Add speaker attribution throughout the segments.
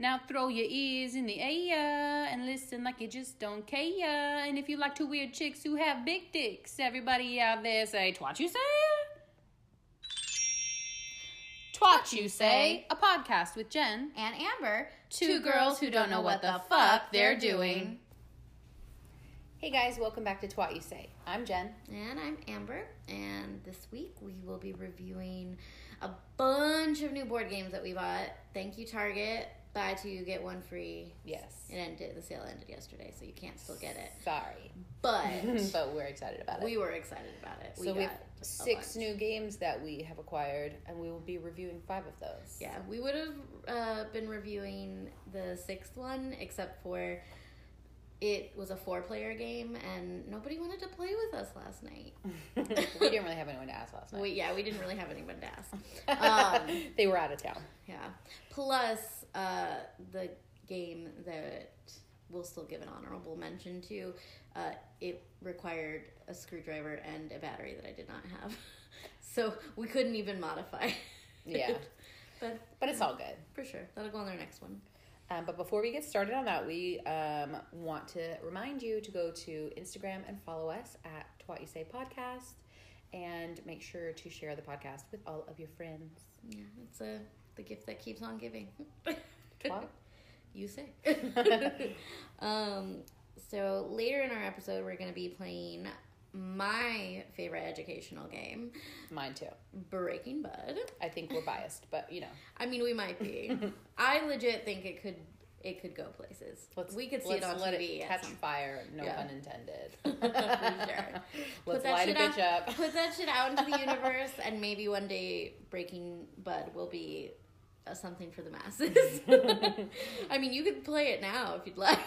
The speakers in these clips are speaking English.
Speaker 1: Now throw your ears in the air and listen like you just don't care. And if you like two weird chicks who have big dicks, everybody out there say, Twat you say? Twat you say? A podcast with Jen.
Speaker 2: and Amber,
Speaker 1: Two girls who don't know what the fuck they're doing. Hey guys, welcome back to Twat You Say. I'm Jen.
Speaker 2: And I'm Amber, and this week we will be reviewing a bunch of new board games that we bought. Thank you, Target. Buy two, get one free.
Speaker 1: Yes.
Speaker 2: It ended. The sale ended yesterday, so you can't still get it.
Speaker 1: Sorry.
Speaker 2: But
Speaker 1: but we're excited about it.
Speaker 2: we were excited about it.
Speaker 1: so we have
Speaker 2: got a
Speaker 1: six
Speaker 2: bunch.
Speaker 1: new games that we have acquired, and we will be reviewing five of those.
Speaker 2: Yeah, we would have uh, been reviewing the sixth one, except for it was a four-player game, and nobody wanted to play with us last night.
Speaker 1: we didn't really have anyone to ask last night.
Speaker 2: We, yeah, we didn't really have anyone to ask. Um,
Speaker 1: they were out of town.
Speaker 2: yeah. Plus, uh, the game that we'll still give an honorable mention to, uh, it required a screwdriver and a battery that I did not have. So we couldn't even modify. it.
Speaker 1: Yeah.
Speaker 2: but
Speaker 1: But it's all good.
Speaker 2: for sure, that'll go on their next one.
Speaker 1: Um, but before we get started on that, we um, want to remind you to go to Instagram and follow us at Twat You Say Podcast. And make sure to share the podcast with all of your friends.
Speaker 2: Yeah, it's a the gift that keeps on giving.
Speaker 1: Twat.
Speaker 2: you say. um, so later in our episode, we're going to be playing my favorite educational game,
Speaker 1: Mine too.
Speaker 2: Breaking Bud.
Speaker 1: I think we're biased, but you know.
Speaker 2: I mean, we might be. I legit think it could it could go places. we could see it
Speaker 1: let's
Speaker 2: on
Speaker 1: let
Speaker 2: TV.
Speaker 1: It
Speaker 2: at
Speaker 1: catch
Speaker 2: some-
Speaker 1: fire, no
Speaker 2: Yeah.
Speaker 1: pun intended.
Speaker 2: For sure.
Speaker 1: Let's light a
Speaker 2: shit
Speaker 1: bitch
Speaker 2: out,
Speaker 1: up.
Speaker 2: Put that shit out into the universe, and maybe one day Breaking Bud will be uh, something for the masses. I mean, you could play it now if you'd like,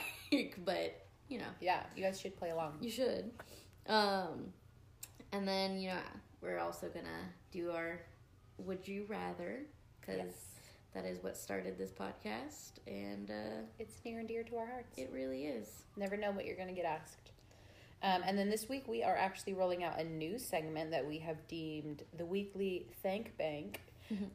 Speaker 2: but you know,
Speaker 1: Yeah, you guys should play along.
Speaker 2: you should. Um, and then you know, we're also gonna do our "Would You Rather" because
Speaker 1: Yes.
Speaker 2: that is what started this podcast, and uh,
Speaker 1: It's near and dear to our hearts.
Speaker 2: it really is.
Speaker 1: Never know what you're going to get asked. Um, and then this week we are actually rolling out a new segment that we have deemed the weekly thank bank,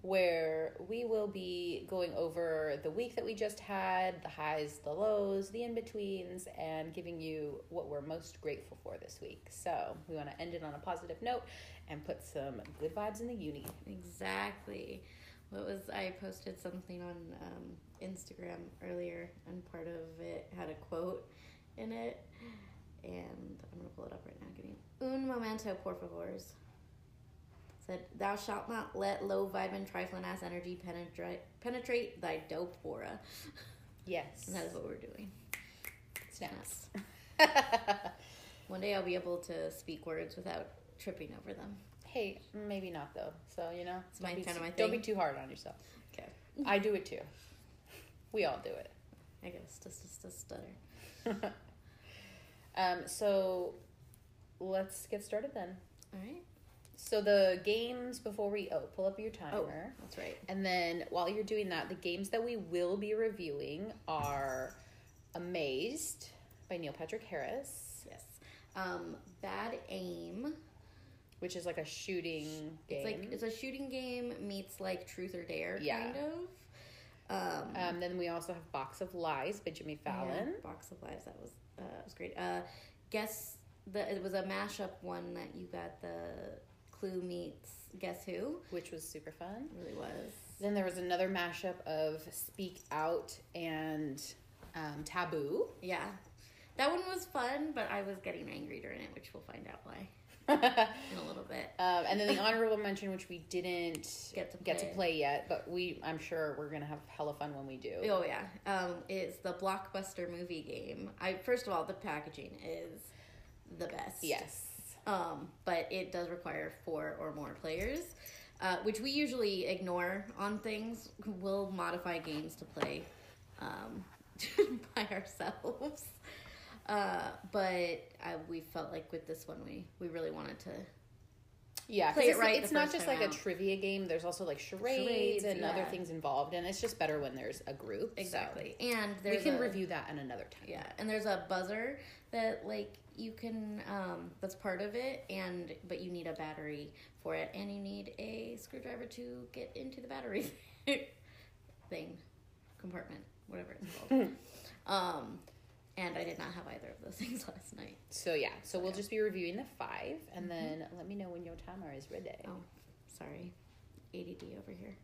Speaker 1: where we will be going over the week that we just had, the highs, the lows, the in betweens, and giving you what we're most grateful for this week. So we want to end it on a positive note and put some good vibes in the uni.
Speaker 2: Exactly. What was I posted something on um, Instagram earlier, and part of it had a quote in it, and I'm gonna pull it up right now. Give me un momento, por favors. Said, "Thou shalt not let low vibe and trifling ass energy penetrate penetrate thy dope aura."
Speaker 1: Yes.
Speaker 2: And that is what we're doing.
Speaker 1: Snaps.
Speaker 2: One day I'll be able to speak words without tripping over them.
Speaker 1: Hey, maybe not though. So you know,
Speaker 2: my-
Speaker 1: don't be
Speaker 2: kinda
Speaker 1: too-
Speaker 2: my
Speaker 1: Don't be
Speaker 2: thing.
Speaker 1: too hard on yourself.
Speaker 2: Okay.
Speaker 1: I do it too. We all do it.
Speaker 2: I guess just just, just stutter.
Speaker 1: Um, so let's get started then.
Speaker 2: All right.
Speaker 1: So the games before we oh, pull up your
Speaker 2: Oh,
Speaker 1: timer.
Speaker 2: that's right.
Speaker 1: And then while you're doing that, the games that we will be reviewing are Amazed by Neil Patrick Harris,
Speaker 2: Yes. Um, Bad Aim.
Speaker 1: which is like a shooting game.
Speaker 2: It's like it's a shooting game meets like Truth or Dare
Speaker 1: Yeah.
Speaker 2: kind of. Um,
Speaker 1: um, then we also have Box of Lies by Jimmy Fallon.
Speaker 2: yeah, Box of Lives. That was uh, that was great. Uh, guess the it was a mashup one that you got the Clue meets Guess Who.
Speaker 1: Which was super fun.
Speaker 2: It really was.
Speaker 1: Then there was another mashup of Speak Out and um, Taboo.
Speaker 2: Yeah. That one was fun, but I was getting angry during it, which we'll find out why in a little bit.
Speaker 1: Um, and then the honorable mention, which we didn't
Speaker 2: Get to play.
Speaker 1: yet, but we, I'm sure we're gonna have hella fun when we do.
Speaker 2: Oh yeah, um, it's the blockbuster movie game. I first of all, the packaging is the best.
Speaker 1: Yes.
Speaker 2: Um, but it does require four or more players, uh, which we usually ignore on things. We'll modify games to play um, by ourselves. Uh, but uh, we felt like with this one, we, we really wanted to.
Speaker 1: Yeah. 'cause
Speaker 2: Play it
Speaker 1: it's,
Speaker 2: right
Speaker 1: It's
Speaker 2: the
Speaker 1: not
Speaker 2: first
Speaker 1: just
Speaker 2: time
Speaker 1: like a
Speaker 2: out.
Speaker 1: trivia game. There's also like charades,
Speaker 2: Charades,
Speaker 1: and other
Speaker 2: yeah.
Speaker 1: things involved, and it's just better when there's a group. so
Speaker 2: And
Speaker 1: we
Speaker 2: there's
Speaker 1: can
Speaker 2: a-
Speaker 1: review that at another time.
Speaker 2: Yeah, and there's a buzzer that like you can um that's part of it and but you need a battery for it and you need a screwdriver to get into the battery thing compartment. whatever it's called. um, and I did not have either of those things last night.
Speaker 1: So yeah, so we'll
Speaker 2: Yeah. Mm-hmm.
Speaker 1: just be reviewing the five, and then let me know when your timer is ready.
Speaker 2: Oh, sorry. ADD over here.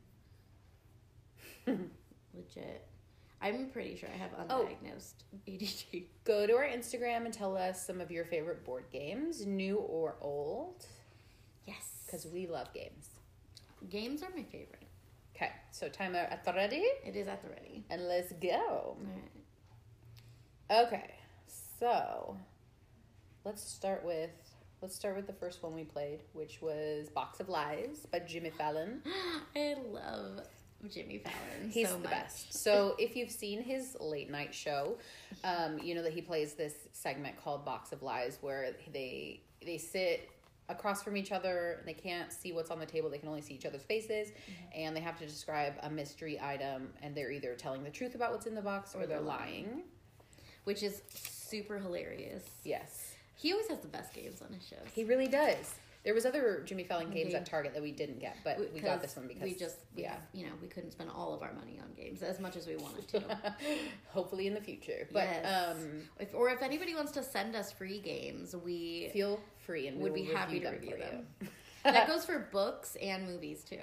Speaker 2: Legit. I'm pretty sure I have
Speaker 1: Oh.
Speaker 2: undiagnosed ADD.
Speaker 1: Go to our Instagram and tell us some of your favorite board games, new or old,
Speaker 2: Yes.
Speaker 1: because we love games.
Speaker 2: games are my favorite.
Speaker 1: Okay, so timer at the ready,
Speaker 2: It is at the ready.
Speaker 1: and let's go.
Speaker 2: All right.
Speaker 1: Okay, so let's start with let's start with the first one we played, which was Box of Lies by Jimmy Fallon.
Speaker 2: I love Jimmy Fallon
Speaker 1: He's
Speaker 2: so
Speaker 1: the
Speaker 2: much.
Speaker 1: best. So if you've seen his late night show, um, you know that he plays this segment called Box of Lies, where they they sit across from each other and they can't see what's on the table. They can only see each other's faces,
Speaker 2: Mm-hmm.
Speaker 1: and they have to describe a mystery item, and they're either telling the truth about what's in the box or,
Speaker 2: Or
Speaker 1: they're
Speaker 2: they're lying.
Speaker 1: lying.
Speaker 2: Which is super hilarious.
Speaker 1: Yes,
Speaker 2: He always has the best games on his shows.
Speaker 1: he really does. There was other Jimmy Fallon
Speaker 2: Okay.
Speaker 1: games at Target that we didn't get, but we got this one because
Speaker 2: we just we-
Speaker 1: yeah.
Speaker 2: you know we couldn't spend all of our money on games as much as we wanted to.
Speaker 1: Hopefully in the future, but
Speaker 2: Yes.
Speaker 1: um,
Speaker 2: if, or if anybody wants to send us free games, we
Speaker 1: feel free and we
Speaker 2: would
Speaker 1: will
Speaker 2: be happy to
Speaker 1: them
Speaker 2: review
Speaker 1: for you.
Speaker 2: them. that goes for books and movies too.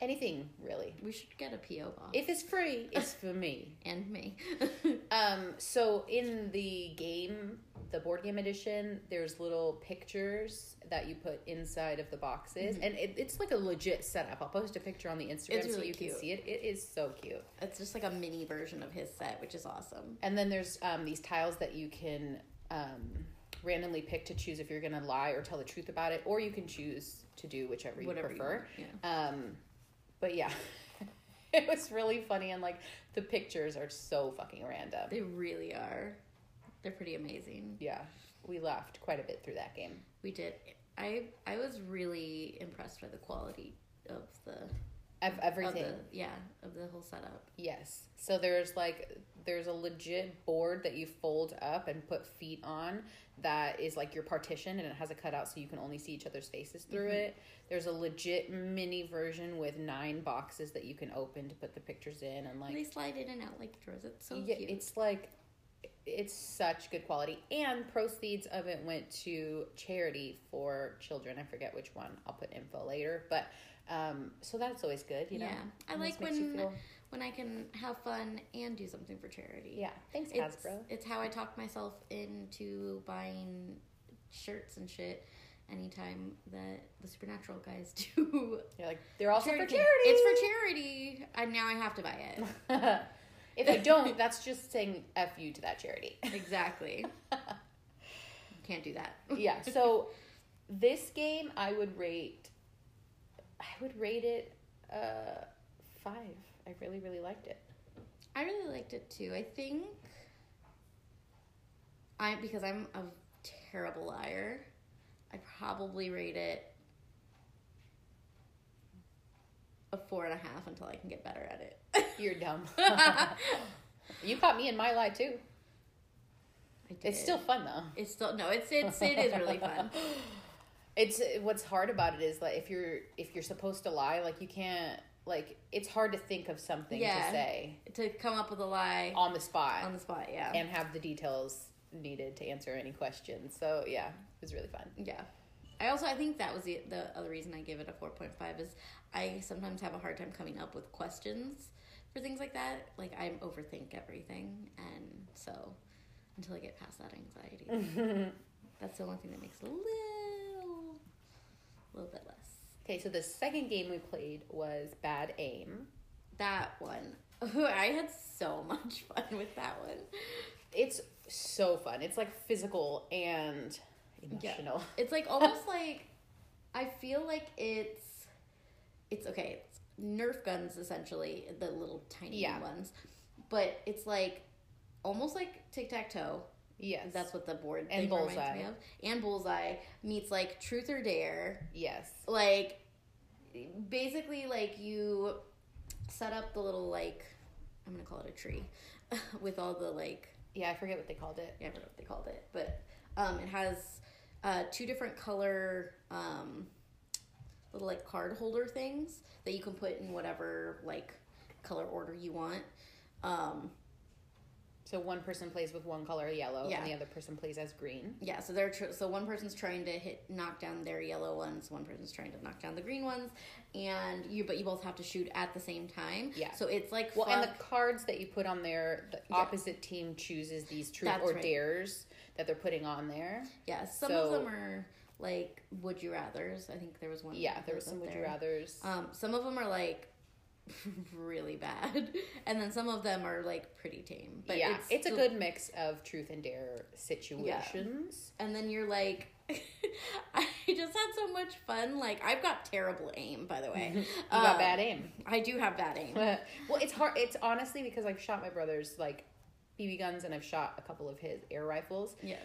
Speaker 1: Anything really.
Speaker 2: We should get a PO box
Speaker 1: If it's free, it's for me.
Speaker 2: and me.
Speaker 1: Um, so in the game, the board game edition, there's little pictures that you put inside of the boxes, and it, it's like a legit setup. I'll post a picture on the Instagram
Speaker 2: Mm-hmm. It's
Speaker 1: so
Speaker 2: really
Speaker 1: you
Speaker 2: cute.
Speaker 1: can see it. It is so cute.
Speaker 2: it's just like a mini version of his set, which is awesome.
Speaker 1: And then there's um, these tiles that you can um, randomly pick to choose if you're gonna lie or tell the truth about it, or you can choose to do whichever you
Speaker 2: Whatever
Speaker 1: prefer.
Speaker 2: you want.
Speaker 1: Um, but yeah, it was really funny, and like the pictures are so fucking
Speaker 2: Yeah,
Speaker 1: random.
Speaker 2: they really are. They're pretty amazing.
Speaker 1: Yeah, we laughed quite a bit through that game.
Speaker 2: We did. I I was really impressed by the quality of the
Speaker 1: Of everything,
Speaker 2: Of the, yeah, of the whole setup.
Speaker 1: yes. So there's like there's a legit board that you fold up and put feet on that is like your partition, and it has a cutout so you can only see each other's faces through it. There's a legit mini version with nine boxes that you can open to put the pictures in, and like
Speaker 2: they slide in and out like drawers. It's so
Speaker 1: yeah,
Speaker 2: cute.
Speaker 1: it's like it's such good quality, and proceeds of it went to charity for children. I forget which one. I'll put info later, but um, so that's always good, you know.
Speaker 2: yeah, I
Speaker 1: Always
Speaker 2: like
Speaker 1: makes you
Speaker 2: when
Speaker 1: feel-
Speaker 2: when I can have fun and do something for charity.
Speaker 1: yeah. Thanks,
Speaker 2: it's,
Speaker 1: Hasbro.
Speaker 2: It's how I talk myself into buying shirts and shit anytime that the supernatural guys do.
Speaker 1: You're like they're also for charity.
Speaker 2: thing. It's for charity. And now I have to buy it.
Speaker 1: for charity. if I don't, that's just saying f you to that charity.
Speaker 2: exactly. Can't do that.
Speaker 1: yeah. So this game, I would rate. I would rate it uh, five. I really, really liked it.
Speaker 2: I really liked it too. I think I because I'm a terrible liar, I probably rate it a four and a half until I can get better at it.
Speaker 1: You're dumb.
Speaker 2: I
Speaker 1: you caught me in my lie too.
Speaker 2: did.
Speaker 1: It's still fun though.
Speaker 2: it's still no, it's it's it is really fun.
Speaker 1: It's what's hard about it is like if you're if you're supposed to lie, like you can't like it's hard to think of something
Speaker 2: Yeah.
Speaker 1: to say
Speaker 2: To come up with a lie
Speaker 1: on the spot
Speaker 2: on the spot, yeah.
Speaker 1: and have the details needed to answer any questions. So yeah, it was really fun.
Speaker 2: Yeah. I also I think that was the the other reason I give it a four point five is I sometimes have a hard time coming up with questions for things like that. Like I overthink everything, and so until I get past that anxiety, that's the only thing that makes it a little, little bit less.
Speaker 1: Okay, so the second game we played was Bad Aim.
Speaker 2: That one, I had so much fun with that one.
Speaker 1: It's so fun. It's like physical and emotional.
Speaker 2: It's like almost like I feel like it's it's okay. It's Nerf guns essentially, the little tiny
Speaker 1: Yeah.
Speaker 2: ones, but it's like almost like tic tac toe.
Speaker 1: Yes.
Speaker 2: That's what the board
Speaker 1: And
Speaker 2: thing reminds
Speaker 1: bullseye.
Speaker 2: me of. And bullseye meets like truth or dare.
Speaker 1: yes.
Speaker 2: Like basically, like you set up the little like I'm gonna call it a tree with all the like
Speaker 1: Yeah, I forget what they called it.
Speaker 2: I don't know what they called it, but um, it has uh, two different color um, little like card holder things that you can put in whatever like color order you want. Um,
Speaker 1: So one person plays with one color yellow,
Speaker 2: Yeah.
Speaker 1: and the other person plays as green.
Speaker 2: Yeah, so they're tr- so one person's trying to hit knock down their yellow ones, one person's trying to knock down the green ones, and you but you both have to shoot at the same time.
Speaker 1: Yeah.
Speaker 2: So it's like
Speaker 1: Well, and
Speaker 2: fuck-
Speaker 1: the cards that you put on there, the
Speaker 2: Yeah.
Speaker 1: opposite team chooses these truth
Speaker 2: That's
Speaker 1: or
Speaker 2: right.
Speaker 1: dares that they're putting on there.
Speaker 2: yeah, some
Speaker 1: so-
Speaker 2: of them are like would you rather's. I think there was one.
Speaker 1: Yeah,
Speaker 2: of
Speaker 1: there was
Speaker 2: those
Speaker 1: some
Speaker 2: up
Speaker 1: would you
Speaker 2: there.
Speaker 1: rather's.
Speaker 2: Um, some of them are like really bad, and then some of them are like pretty tame. But
Speaker 1: yeah,
Speaker 2: it's,
Speaker 1: it's, a
Speaker 2: still-
Speaker 1: good mix of truth and dare situations.
Speaker 2: And then you're like, I just had so much fun. Like I've got terrible aim, by the way.
Speaker 1: You got
Speaker 2: Um,
Speaker 1: bad aim.
Speaker 2: I do have bad aim.
Speaker 1: well, it's hard. It's honestly because I've shot my brother's like BB guns and I've shot a couple of his air rifles.
Speaker 2: Yeah.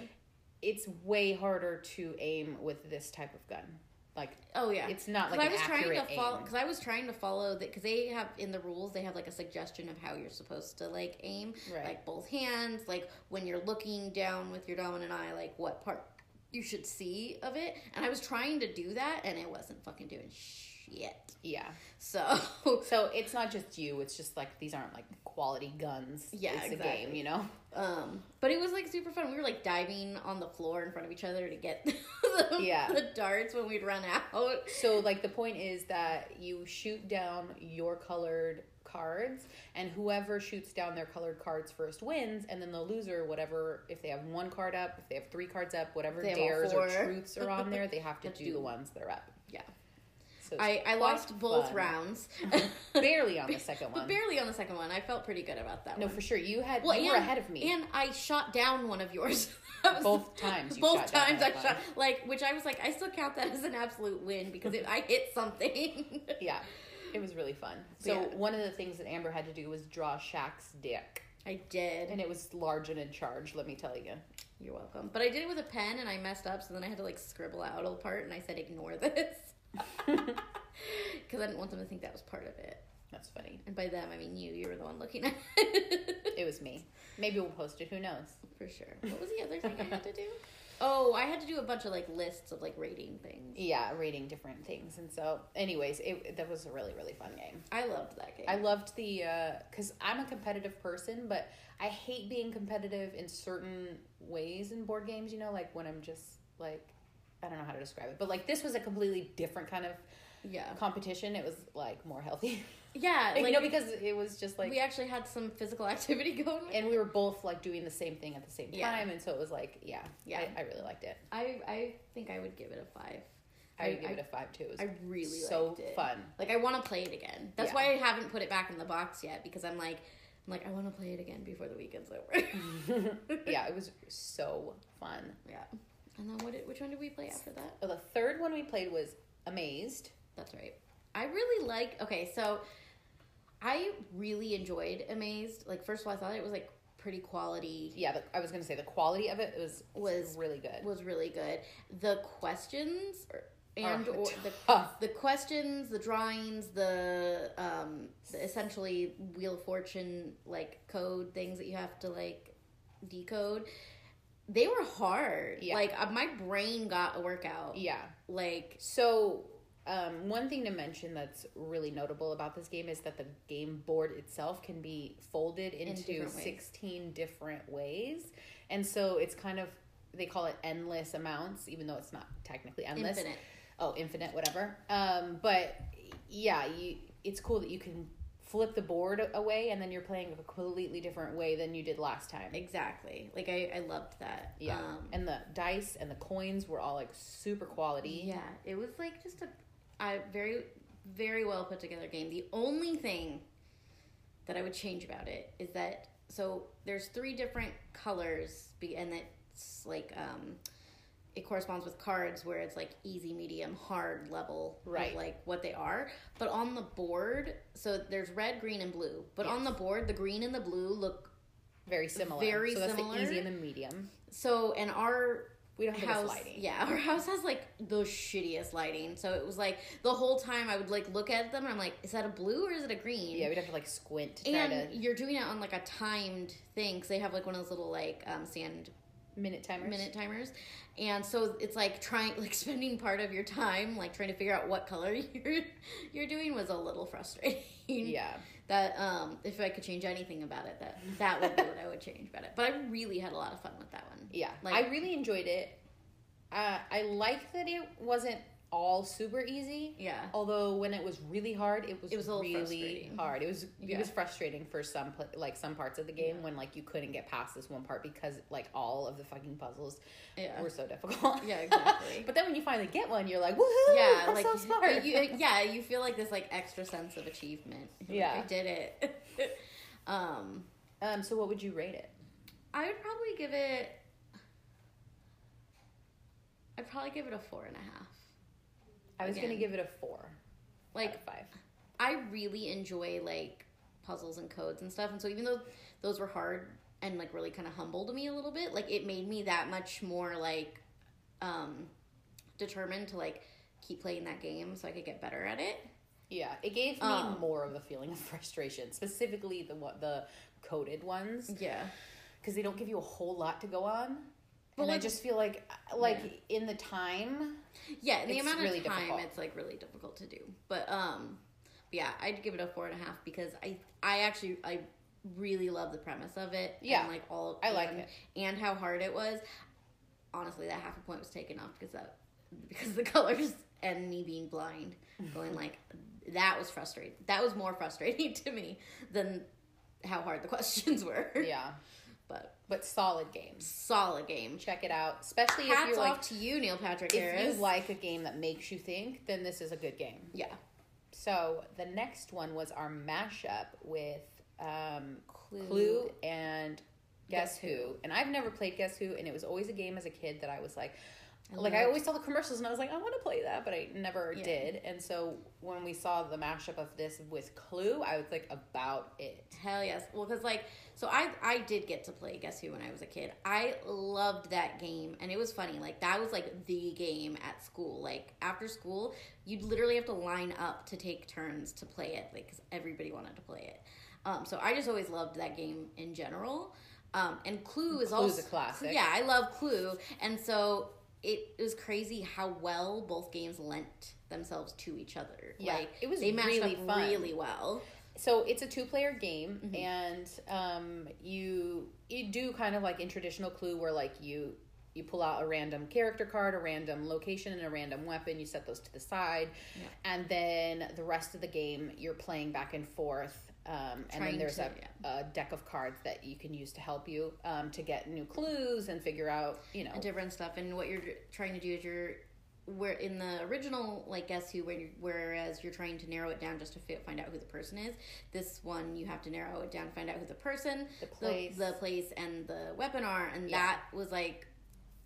Speaker 1: It's way harder to aim with this type of gun. Like
Speaker 2: Oh yeah.
Speaker 1: it's not like
Speaker 2: Because
Speaker 1: an
Speaker 2: I was trying
Speaker 1: accurate
Speaker 2: to follow.
Speaker 1: aim.
Speaker 2: Because I was trying to follow that. Because they have in the rules, they have like a suggestion of how you're supposed to like aim,
Speaker 1: Right.
Speaker 2: like both hands, like when you're looking down with your dominant eye, like what part you should see of it. And I was trying to do that, and it wasn't fucking doing shit.
Speaker 1: Yeah.
Speaker 2: So
Speaker 1: So it's not just you. It's just like these aren't like quality guns.
Speaker 2: Yeah,
Speaker 1: it's a game.
Speaker 2: exactly.
Speaker 1: You know.
Speaker 2: Um, but it was like super fun. We were like diving on the floor in front of each other to get the,
Speaker 1: Yeah.
Speaker 2: the darts when we'd run out.
Speaker 1: So like the point is that you shoot down your colored cards, and whoever shoots down their colored cards first wins, and then the loser, whatever, if they have one card up, if they have three cards up, whatever
Speaker 2: They have all
Speaker 1: dares or
Speaker 2: four.
Speaker 1: truths are on there, they have to
Speaker 2: Have to
Speaker 1: do
Speaker 2: do-
Speaker 1: the ones that are up.
Speaker 2: Yeah.
Speaker 1: So it's
Speaker 2: I, I
Speaker 1: quite
Speaker 2: lost both
Speaker 1: fun.
Speaker 2: rounds.
Speaker 1: barely on the second
Speaker 2: But
Speaker 1: one.
Speaker 2: barely on the second one. I felt pretty good about that
Speaker 1: No,
Speaker 2: one.
Speaker 1: for sure. You had
Speaker 2: Well,
Speaker 1: you were
Speaker 2: and-
Speaker 1: ahead of me.
Speaker 2: And I shot down one of yours. That was-
Speaker 1: Both times you
Speaker 2: both
Speaker 1: shot down
Speaker 2: times
Speaker 1: that
Speaker 2: I
Speaker 1: one.
Speaker 2: shot like which I was like, I still count that as an absolute win because if I hit something
Speaker 1: yeah, it was really fun. So
Speaker 2: Yeah.
Speaker 1: one of the things that Amber had to do was draw Shaq's dick,
Speaker 2: I did.
Speaker 1: and it was large and in charge. Let me tell you.
Speaker 2: You're welcome. But I did it with a pen and I messed up, so then I had to like scribble out a part and I said, ignore this. Because I didn't want them to think that was part of it.
Speaker 1: That's funny.
Speaker 2: And by them, I mean you. You were the one looking at it.
Speaker 1: It was me. Maybe we'll post it. Who knows?
Speaker 2: For sure. What was the other thing I had to do? Oh, I had to do a bunch of like lists of like rating things.
Speaker 1: Yeah, rating different things. And so, anyways, it that was a really really fun game.
Speaker 2: I loved that game.
Speaker 1: I loved the because I'm a competitive person, but I hate being competitive in certain ways in board games. You know, like when I'm just like I don't know how to describe it, but like this was a completely different kind of
Speaker 2: yeah.
Speaker 1: competition. It was like more healthy,
Speaker 2: Yeah. Like,
Speaker 1: you know, because it was just like
Speaker 2: we actually had some physical activity going on.
Speaker 1: and we were both like doing the same thing at the same time,
Speaker 2: Yeah.
Speaker 1: and so it was like yeah,
Speaker 2: Yeah.
Speaker 1: I, I really liked it.
Speaker 2: I, I think I would give it a five.
Speaker 1: I,
Speaker 2: I-
Speaker 1: would give
Speaker 2: I-
Speaker 1: it a five too. It was
Speaker 2: I really
Speaker 1: so
Speaker 2: liked it.
Speaker 1: fun.
Speaker 2: Like I want to play it again. That's
Speaker 1: Yeah.
Speaker 2: why I haven't put it back in the box yet because I'm like, I'm like I want to play it again before the weekend's over.
Speaker 1: yeah, it was so fun.
Speaker 2: yeah. And then what? Did, which one did we play after that?
Speaker 1: Well, the third one we played was Amazed.
Speaker 2: That's right. I really like. Okay, so I really enjoyed Amazed. Like first of all, I thought it was like pretty quality.
Speaker 1: Yeah, the, I was gonna say the quality of it was
Speaker 2: Was-
Speaker 1: really good.
Speaker 2: Was really good. The questions or- and
Speaker 1: Are
Speaker 2: or the
Speaker 1: tough.
Speaker 2: the questions, the drawings, the um, the essentially Wheel of Fortune like code things that you have to like decode. They were hard.
Speaker 1: Yeah.
Speaker 2: Like uh, my brain got a workout.
Speaker 1: Yeah.
Speaker 2: Like
Speaker 1: So um, one thing to mention that's really notable about this game is that the game board itself can be folded into
Speaker 2: different ways.
Speaker 1: sixteen different ways, and so it's kind of they call it endless amounts, even though it's not technically endless.
Speaker 2: infinite.
Speaker 1: oh infinite whatever um but yeah you it's cool that you can flip the board a- away and then you're playing a completely different way than you did last time
Speaker 2: Exactly. Like I, I loved that.
Speaker 1: yeah
Speaker 2: Um,
Speaker 1: and the dice and the coins were all like super quality
Speaker 2: yeah. It was like just a, I very very well put together game. The only thing that I would change about it is that so there's three different colors be- and it's like um it corresponds with cards where it's like easy, medium, hard level
Speaker 1: Right.
Speaker 2: of like what they are. But on the board, so there's red, green, and blue. But on the board, the green and the blue look
Speaker 1: very similar
Speaker 2: Very
Speaker 1: so that's
Speaker 2: similar.
Speaker 1: the easy and the medium
Speaker 2: so. And our
Speaker 1: we don't have
Speaker 2: house
Speaker 1: this lighting
Speaker 2: yeah our house has like the shittiest lighting so it was like the whole time i would like look at them and i'm like is that a blue or is it a green
Speaker 1: yeah we'd have to like squint to try
Speaker 2: and
Speaker 1: to
Speaker 2: you're doing it on like a timed thing because they have like one of those little like um, sand
Speaker 1: minute timers
Speaker 2: minute timers and so it's like trying like spending part of your time like trying to figure out what color you're you're doing was a little frustrating
Speaker 1: yeah
Speaker 2: that um, if I could change anything about it, that that would be what I would change about it. But I really had a lot of fun with that one.
Speaker 1: Yeah,
Speaker 2: Like-
Speaker 1: I really enjoyed it. Uh, I like that it wasn't all super easy.
Speaker 2: Yeah.
Speaker 1: Although when it was really hard, it was,
Speaker 2: It was a little
Speaker 1: really
Speaker 2: frustrating.
Speaker 1: hard. It was it
Speaker 2: Yeah.
Speaker 1: was frustrating for some pla- like some parts of the game
Speaker 2: Yeah.
Speaker 1: when like you couldn't get past this one part because like all of the fucking puzzles
Speaker 2: Yeah.
Speaker 1: were so difficult.
Speaker 2: Yeah, exactly.
Speaker 1: but then when you finally get one, you're like, woohoo!
Speaker 2: yeah,
Speaker 1: I'm
Speaker 2: like
Speaker 1: so smart.
Speaker 2: You, yeah, you feel like this like extra sense of achievement. Like,
Speaker 1: Yeah.
Speaker 2: I did it. um,
Speaker 1: um, so what would you rate it?
Speaker 2: I would probably give it. I'd probably give it a four and a half.
Speaker 1: I was gonna
Speaker 2: Again.
Speaker 1: give it a four, like
Speaker 2: Like
Speaker 1: five.
Speaker 2: I really enjoy like puzzles and codes and stuff, and so even though those were hard and like really kind of humbled me a little bit, like it made me that much more like um determined to like keep playing that game so I could get better at it.
Speaker 1: Yeah, it gave me
Speaker 2: Um,
Speaker 1: more of a feeling of frustration, specifically the what the coded ones.
Speaker 2: Yeah.
Speaker 1: because they don't give you a whole lot to go on.
Speaker 2: Well,
Speaker 1: and I
Speaker 2: like-
Speaker 1: just feel like, like in the time,
Speaker 2: Yeah, and the
Speaker 1: It's
Speaker 2: amount of
Speaker 1: really
Speaker 2: time
Speaker 1: difficult.
Speaker 2: it's like really difficult to do. But um yeah, I'd give it a four and a half because I I actually I really love the premise of it.
Speaker 1: Yeah.
Speaker 2: And like all
Speaker 1: I like
Speaker 2: and,
Speaker 1: it.
Speaker 2: and how hard it was. Honestly, that half a point was taken off because that because the colors and me being blind, going like that was frustrating. That was more frustrating to me than how hard the questions were.
Speaker 1: yeah,
Speaker 2: But
Speaker 1: but solid games.
Speaker 2: solid game.
Speaker 1: Check it out, especially if
Speaker 2: Hats
Speaker 1: you're
Speaker 2: off
Speaker 1: like
Speaker 2: to you, Neil Patrick Harris.
Speaker 1: if you like a game that makes you think, then this is a good game.
Speaker 2: yeah.
Speaker 1: So the next one was our mashup with um, Clue. and Guess
Speaker 2: Guess
Speaker 1: Who, and I've never played Guess Who, and it was always a game as a kid that I was like.
Speaker 2: I
Speaker 1: Like I
Speaker 2: loved-
Speaker 1: always saw the commercials and I was like, I want to play that, but I never
Speaker 2: Yeah.
Speaker 1: did. And so when we saw the mashup of this with Clue, I was like, about it.
Speaker 2: Hell yes. Well, because like, so I I did get to play Guess Who when I was a kid. I loved that game, and it was funny. Like that was like the game at school. Like after school, you'd literally have to line up to take turns to play it, like because everybody wanted to play it. Um, so I just always loved that game in general. Um, and Clue is
Speaker 1: Clue's
Speaker 2: also
Speaker 1: a classic.
Speaker 2: Yeah, I love Clue, and so it, it was crazy how well both games lent themselves to each other.
Speaker 1: Yeah,
Speaker 2: like,
Speaker 1: it was
Speaker 2: they matched
Speaker 1: really
Speaker 2: up
Speaker 1: fun.
Speaker 2: really well.
Speaker 1: so it's a two player game
Speaker 2: Mm-hmm.
Speaker 1: and um, you you do kind of like in traditional clue where like you you pull out a random character card a random location and a random weapon you set those to the side
Speaker 2: Yeah.
Speaker 1: and then the rest of the game you're playing back and forth um, and then
Speaker 2: Trying
Speaker 1: there's
Speaker 2: to-
Speaker 1: a, a deck of cards that you can use to help you um, to get new clues and figure out you know
Speaker 2: and different stuff. And what you're trying to do is you're where in the original like guess who when you, whereas you're trying to narrow it down just to fi- find out who the person is this one you have to narrow it down to find out who the person
Speaker 1: The place.
Speaker 2: the, place and the weapon are and
Speaker 1: Yeah.
Speaker 2: that was like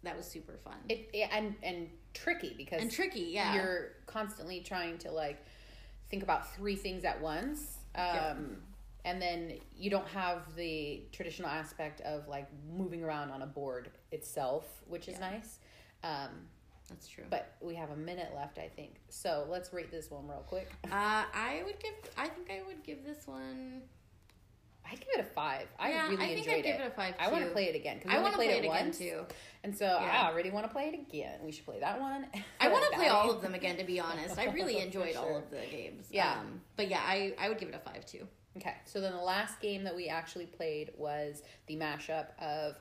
Speaker 2: that was super fun
Speaker 1: it, it- and and tricky because
Speaker 2: and tricky yeah
Speaker 1: you're constantly trying to like think about three things at once um,
Speaker 2: Yeah.
Speaker 1: and then you don't have the traditional aspect of like moving around on a board itself which is
Speaker 2: Yeah.
Speaker 1: nice um,
Speaker 2: that's true
Speaker 1: but we have a minute left i think so let's rate this one real quick
Speaker 2: uh i would give i think i would give this one
Speaker 1: i'd give it a five i
Speaker 2: yeah
Speaker 1: really
Speaker 2: i think
Speaker 1: enjoyed
Speaker 2: i'd give it
Speaker 1: it
Speaker 2: a five
Speaker 1: I want to
Speaker 2: too.
Speaker 1: play it again because
Speaker 2: i
Speaker 1: I
Speaker 2: want to play it, again
Speaker 1: once,
Speaker 2: too
Speaker 1: and so
Speaker 2: Yeah.
Speaker 1: I already want to play it again. We should play that one.
Speaker 2: I want to
Speaker 1: That
Speaker 2: play all
Speaker 1: one.
Speaker 2: of them again, to be honest. I really
Speaker 1: For
Speaker 2: enjoyed all
Speaker 1: sure.
Speaker 2: of the games.
Speaker 1: Yeah.
Speaker 2: Um, but yeah, I, I would give it a five too.
Speaker 1: Okay, so then the last game that we actually played was the mashup of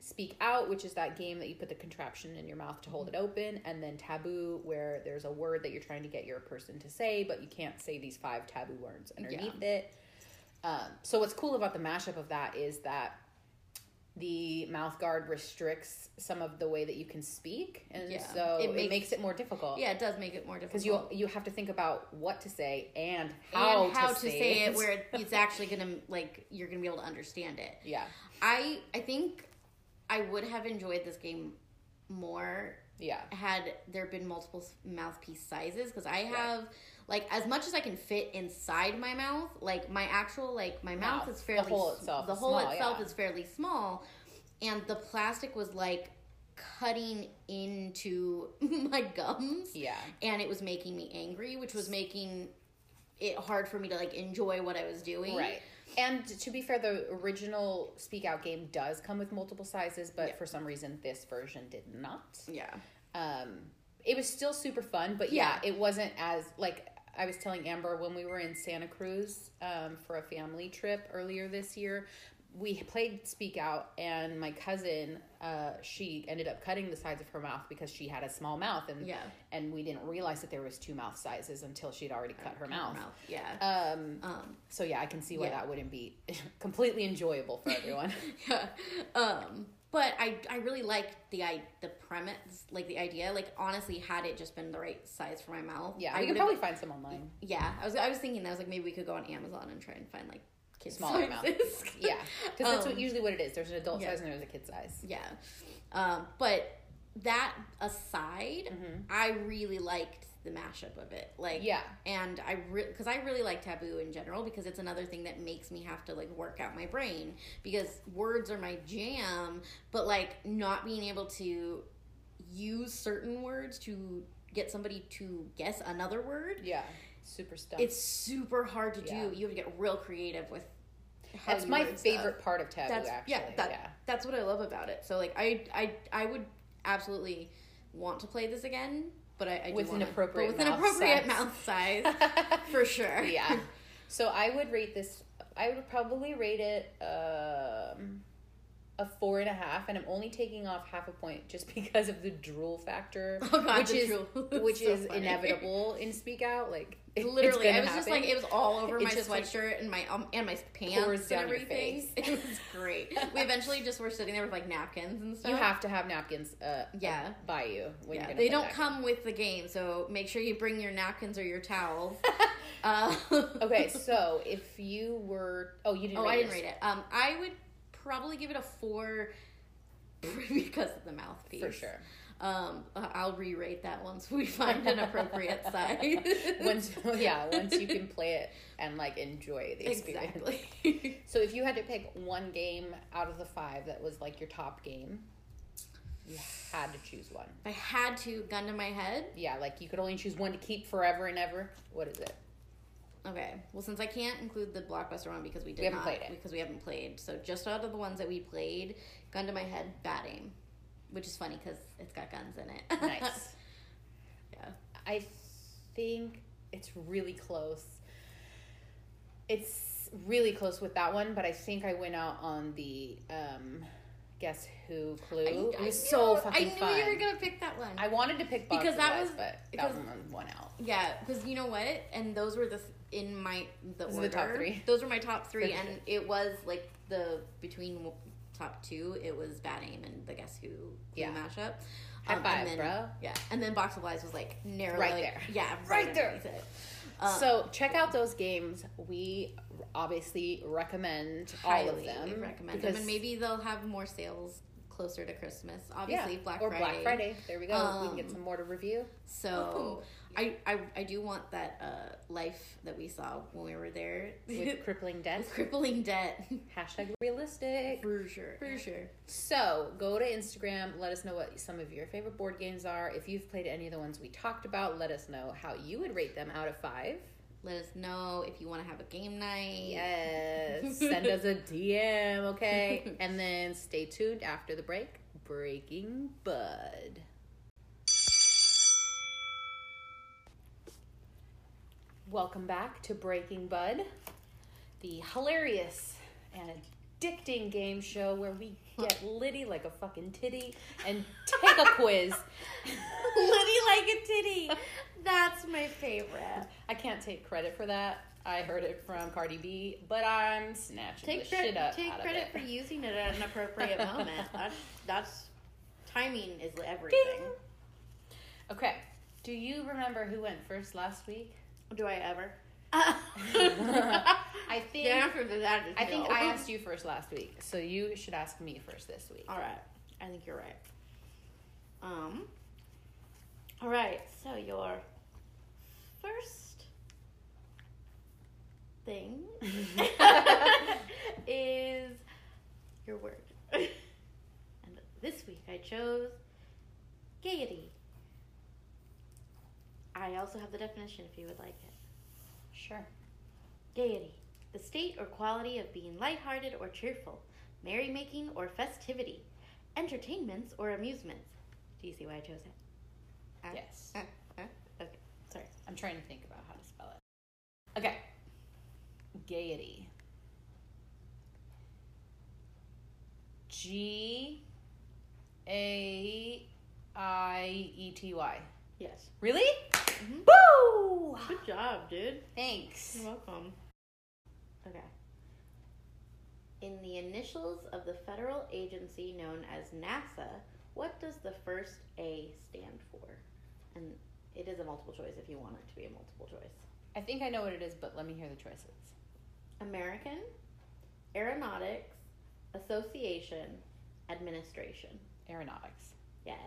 Speaker 1: Speak Out, which is that game that you put the contraption in your mouth to hold it open, and then Taboo, where there's a word that you're trying to get your person to say, but you can't say these five taboo words underneath it. Um, so, what's cool about the mashup of that is that the mouth guard restricts some of the way that you can speak, and
Speaker 2: Yeah.
Speaker 1: so
Speaker 2: It
Speaker 1: it makes,
Speaker 2: makes-
Speaker 1: it more difficult.
Speaker 2: Yeah, it does make it more difficult.
Speaker 1: Because you, you have to think about what to say and
Speaker 2: And
Speaker 1: how,
Speaker 2: how to say it where it's actually gonna like you're gonna be able to understand it.
Speaker 1: yeah.
Speaker 2: I I think I would have enjoyed this game more
Speaker 1: Yeah.
Speaker 2: had there been multiple s- mouthpiece sizes because I have like as much as I can fit inside my mouth. Like my actual like my mouth,
Speaker 1: Mouth.
Speaker 2: is
Speaker 1: The
Speaker 2: fairly
Speaker 1: hole
Speaker 2: s-
Speaker 1: itself
Speaker 2: The
Speaker 1: is
Speaker 2: hole
Speaker 1: small,
Speaker 2: itself
Speaker 1: yeah.
Speaker 2: is fairly small, and the plastic was like cutting into my gums.
Speaker 1: Yeah.
Speaker 2: and it was making me angry, which was making it hard for me to like enjoy what I was doing.
Speaker 1: Right. And to be fair, the original Speak Out game does come with multiple sizes, but
Speaker 2: Yeah.
Speaker 1: for some reason, this version did not.
Speaker 2: Yeah.
Speaker 1: Um, it was still super fun, but yeah, it wasn't as like I was telling Amber when we were in Santa Cruz um, for a family trip earlier this year. We played Speak Out, and my cousin, uh, she ended up cutting the sides of her mouth because she had a small mouth, and
Speaker 2: Yeah.
Speaker 1: and we didn't realize that there was two mouth sizes until she'd already cut her mouth.
Speaker 2: Yeah.
Speaker 1: Um,
Speaker 2: Um,
Speaker 1: so yeah, I can see why
Speaker 2: Yeah.
Speaker 1: that wouldn't be completely enjoyable for everyone.
Speaker 2: yeah. Um, but I, I really like the I the premise, like the idea. Like honestly, had it just been the right size for my mouth,
Speaker 1: yeah,
Speaker 2: I
Speaker 1: we could
Speaker 2: would've-
Speaker 1: probably find some online.
Speaker 2: Yeah, I was I was thinking that I was like maybe we could go on Amazon and try and find like kids
Speaker 1: Smaller mouth.
Speaker 2: sizes.
Speaker 1: Yeah, because that's what
Speaker 2: Um,
Speaker 1: usually what it is. There's an adult
Speaker 2: yeah.
Speaker 1: size and there's a kid size.
Speaker 2: Yeah. Um, but that aside,
Speaker 1: Mhm.
Speaker 2: I really liked the mashup of it. Like,
Speaker 1: Yeah.
Speaker 2: And I really, because I really like taboo in general because it's another thing that makes me have to like work out my brain because words are my jam, but like not being able to use certain words to get somebody to guess another word,
Speaker 1: Yeah, super stuff.
Speaker 2: it's super hard to
Speaker 1: Yeah.
Speaker 2: do. You have to get real creative with. how
Speaker 1: that's
Speaker 2: you
Speaker 1: my
Speaker 2: word stuff
Speaker 1: favorite part of taboo.
Speaker 2: that's
Speaker 1: actually,
Speaker 2: yeah, that, that's what I love about it. So like I I I would absolutely want to play this again, but I, I do
Speaker 1: With an
Speaker 2: wanna-
Speaker 1: appropriate
Speaker 2: but with an
Speaker 1: mouth
Speaker 2: appropriate
Speaker 1: size.
Speaker 2: mouth size
Speaker 1: yeah.
Speaker 2: for sure.
Speaker 1: yeah. So I would rate this. I would probably rate it um, a four and a half, and I'm only taking off half a point just because of the drool factor,
Speaker 2: Oh god,
Speaker 1: which
Speaker 2: the
Speaker 1: is
Speaker 2: drool. It's
Speaker 1: which
Speaker 2: so
Speaker 1: is
Speaker 2: funny.
Speaker 1: inevitable in Speak Out. Like it- it's
Speaker 2: Literally,
Speaker 1: gonna
Speaker 2: I was just
Speaker 1: happen.
Speaker 2: like it was all over
Speaker 1: It
Speaker 2: my
Speaker 1: just, like,
Speaker 2: sweatshirt and my um, and my
Speaker 1: pours
Speaker 2: pants and
Speaker 1: down your
Speaker 2: everything.
Speaker 1: face.
Speaker 2: It was great. we eventually just were sitting there with like napkins and stuff.
Speaker 1: you have to have napkins. Uh,
Speaker 2: Yeah.
Speaker 1: by you when you're
Speaker 2: yeah,
Speaker 1: gonna play
Speaker 2: they don't
Speaker 1: that.
Speaker 2: come with the game, so make sure you bring your napkins or your towels. uh,
Speaker 1: Okay, so if you were, oh, you didn't.
Speaker 2: Oh,
Speaker 1: rate
Speaker 2: I didn't
Speaker 1: this.
Speaker 2: read it. Um, I would probably give it a four because of the mouthpiece.
Speaker 1: for sure.
Speaker 2: Um, I- I'll re-rate that once we find an appropriate size.
Speaker 1: once, yeah, once you can play it and like enjoy the experience.
Speaker 2: exactly.
Speaker 1: So if you had to pick one game out of the five that was like your top game, you had to choose one.
Speaker 2: if I had to gun to my head.
Speaker 1: Yeah, like you could only choose one to keep forever and ever. What is it?
Speaker 2: Okay. Well, since I can't include the blockbuster one because we did
Speaker 1: We haven't
Speaker 2: not
Speaker 1: played it.
Speaker 2: because we haven't played. So just out of the ones that we played, gun to my head, bad aim, which is funny because it's got guns in it.
Speaker 1: Nice.
Speaker 2: Yeah.
Speaker 1: I think it's really close. It's really close with that one, but I think I went out on the um, guess who clue. it was so
Speaker 2: knew-
Speaker 1: fucking
Speaker 2: I knew
Speaker 1: fun.
Speaker 2: you were gonna pick that one.
Speaker 1: I wanted to pick
Speaker 2: Because
Speaker 1: because
Speaker 2: that
Speaker 1: that was,
Speaker 2: was-
Speaker 1: but
Speaker 2: because-
Speaker 1: that one won out.
Speaker 2: Yeah, because you know what? And those were the th- in my the
Speaker 1: Those are
Speaker 2: order.
Speaker 1: the top three.
Speaker 2: Those were my top three,
Speaker 1: For
Speaker 2: and
Speaker 1: sure.
Speaker 2: it was like the between w- top two. It was Bad Aim and the Guess Who Clue
Speaker 1: Yeah.
Speaker 2: mashup.
Speaker 1: High
Speaker 2: Um,
Speaker 1: five,
Speaker 2: and then,
Speaker 1: bro.
Speaker 2: Yeah, and then Box of Lies was like narrowly
Speaker 1: Right there.
Speaker 2: Yeah,
Speaker 1: Right there.
Speaker 2: underneath it. Um,
Speaker 1: so check out those games. We obviously recommend all of
Speaker 2: highly
Speaker 1: them.
Speaker 2: recommend them, and maybe they'll have more sales closer to Christmas.
Speaker 1: yeah,
Speaker 2: Obviously, Black
Speaker 1: or
Speaker 2: Friday.
Speaker 1: Black Friday. There we go. we can get
Speaker 2: Um,
Speaker 1: some more to review.
Speaker 2: So. I, I, I do want that uh, life that we saw when we were there
Speaker 1: with crippling debt.
Speaker 2: with crippling debt.
Speaker 1: Hashtag realistic.
Speaker 2: For sure. For sure.
Speaker 1: So go to Instagram. Let us know what some of your favorite board games are. If you've played any of the ones we talked about, let us know how you would rate them out of five.
Speaker 2: Let us know if you want to have a game night.
Speaker 1: Yes. Send us a DM, okay? And then stay tuned after the break. Breaking Bud. Welcome back to Breaking Bud, the hilarious and addicting game show where we get litty like a fucking titty and take a quiz.
Speaker 2: Liddy like a titty. That's my favorite.
Speaker 1: I can't take credit for that. I heard it from Cardi B, but I'm snatching the
Speaker 2: Take,
Speaker 1: shit
Speaker 2: credit.
Speaker 1: up
Speaker 2: take
Speaker 1: out
Speaker 2: credit
Speaker 1: of
Speaker 2: for
Speaker 1: it.
Speaker 2: using it at an appropriate moment. That's, that's timing is everything.
Speaker 1: Ding. Okay. Do you remember who went first last week?
Speaker 2: Do I ever? the
Speaker 1: I think
Speaker 2: answer to that is
Speaker 1: I think
Speaker 2: no.
Speaker 1: I asked you first last week, so you should ask me first this week.
Speaker 2: All right. I think you're right. Um. All right. So your first thing is your word. and this week I chose gaiety. I also have the definition if you would like it.
Speaker 1: Sure.
Speaker 2: Gaiety. The state or quality of being lighthearted or cheerful, merrymaking or festivity, entertainments or amusements. Do you see why I chose it?
Speaker 1: Yes.
Speaker 2: Uh, uh, okay. Sorry.
Speaker 1: I'm trying to think about how to spell it. Okay. Gaiety. G A I E T Y.
Speaker 2: Yes.
Speaker 1: Really?
Speaker 2: Mhm.
Speaker 1: Woo!
Speaker 2: Good job, dude.
Speaker 1: Thanks.
Speaker 2: You're welcome. Okay. In the initials of the federal agency known as NASA, what does the first A stand for? And it is a multiple choice if you want it to be a multiple choice.
Speaker 1: I think I know what it is, but let me hear the choices.
Speaker 2: American, Aeronautics, Association, Administration.
Speaker 1: Aeronautics.
Speaker 2: Yes.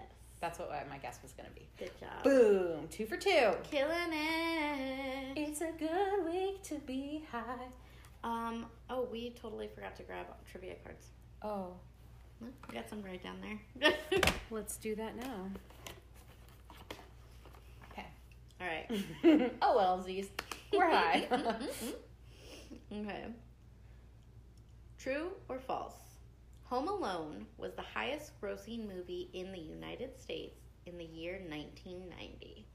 Speaker 1: That's what uh, my guess was going to be.
Speaker 2: Good job.
Speaker 1: Boom. Two for two.
Speaker 2: Killing it.
Speaker 1: It's a good week to be high.
Speaker 2: Um. Oh, we totally forgot to grab trivia cards.
Speaker 1: Oh,
Speaker 2: Look, we got some right down there.
Speaker 1: let's do that now. Okay.
Speaker 2: All right.
Speaker 1: oh well, Z's. We're high.
Speaker 2: okay. True or false? Home Alone was the highest grossing movie in the United States in the year 1990.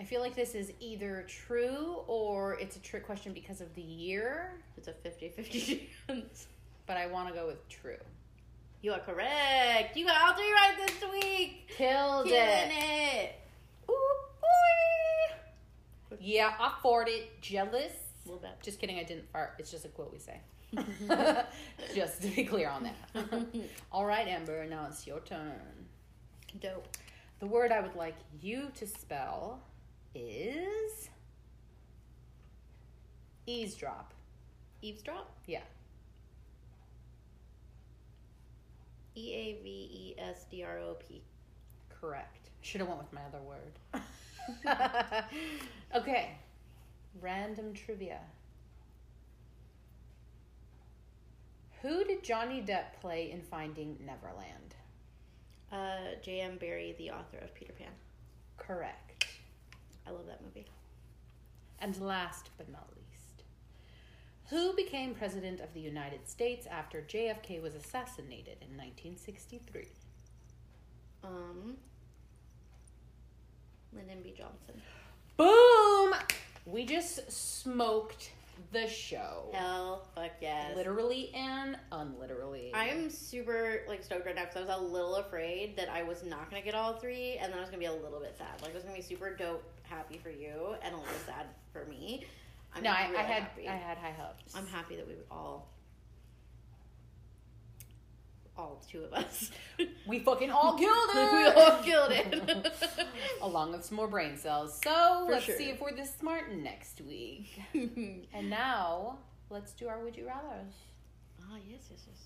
Speaker 1: I feel like this is either true or it's a trick question because of the year,
Speaker 2: It's a 50 50 chance.
Speaker 1: but I want to go with true.
Speaker 2: You are correct. You got all three right this week.
Speaker 1: Killed
Speaker 2: Killing it.
Speaker 1: Ooh, boy. Yeah, I farted. Jealous.
Speaker 2: A little bit.
Speaker 1: Just kidding, I didn't fart. It's just a quote we say. just to be clear on that. All right, Amber, now it's your turn.
Speaker 2: Dope.
Speaker 1: The word I would like you to spell is eavesdrop.
Speaker 2: Eavesdrop.
Speaker 1: Yeah.
Speaker 2: E A V E S D R O P.
Speaker 1: Correct. Should have went with my other word. okay. Random trivia. Who did Johnny Depp play in Finding Neverland?
Speaker 2: Uh, J.M. Barrie, the author of Peter Pan.
Speaker 1: Correct.
Speaker 2: I love that movie.
Speaker 1: And last but not least, who became president of the United States after JFK was assassinated in 1963?
Speaker 2: Um, Lyndon B. Johnson.
Speaker 1: Boom! We just smoked the show.
Speaker 2: Hell, fuck yes.
Speaker 1: Literally and unliterally.
Speaker 2: I am super like stoked right now because I was a little afraid that I was not gonna get all three, and then I was gonna be a little bit sad. Like I was gonna be super dope, happy for you, and a little sad for me. I'm
Speaker 1: no, I,
Speaker 2: really
Speaker 1: I had
Speaker 2: Happy.
Speaker 1: I had high hopes.
Speaker 2: I'm happy that we all, all two of us,
Speaker 1: we fucking all killed
Speaker 2: we
Speaker 1: it.
Speaker 2: all killed it.
Speaker 1: Along with some more brain cells. So
Speaker 2: For
Speaker 1: let's
Speaker 2: sure.
Speaker 1: see if we're this smart next week. And now let's do our would you rather's.
Speaker 2: Ah, yes, yes, yes.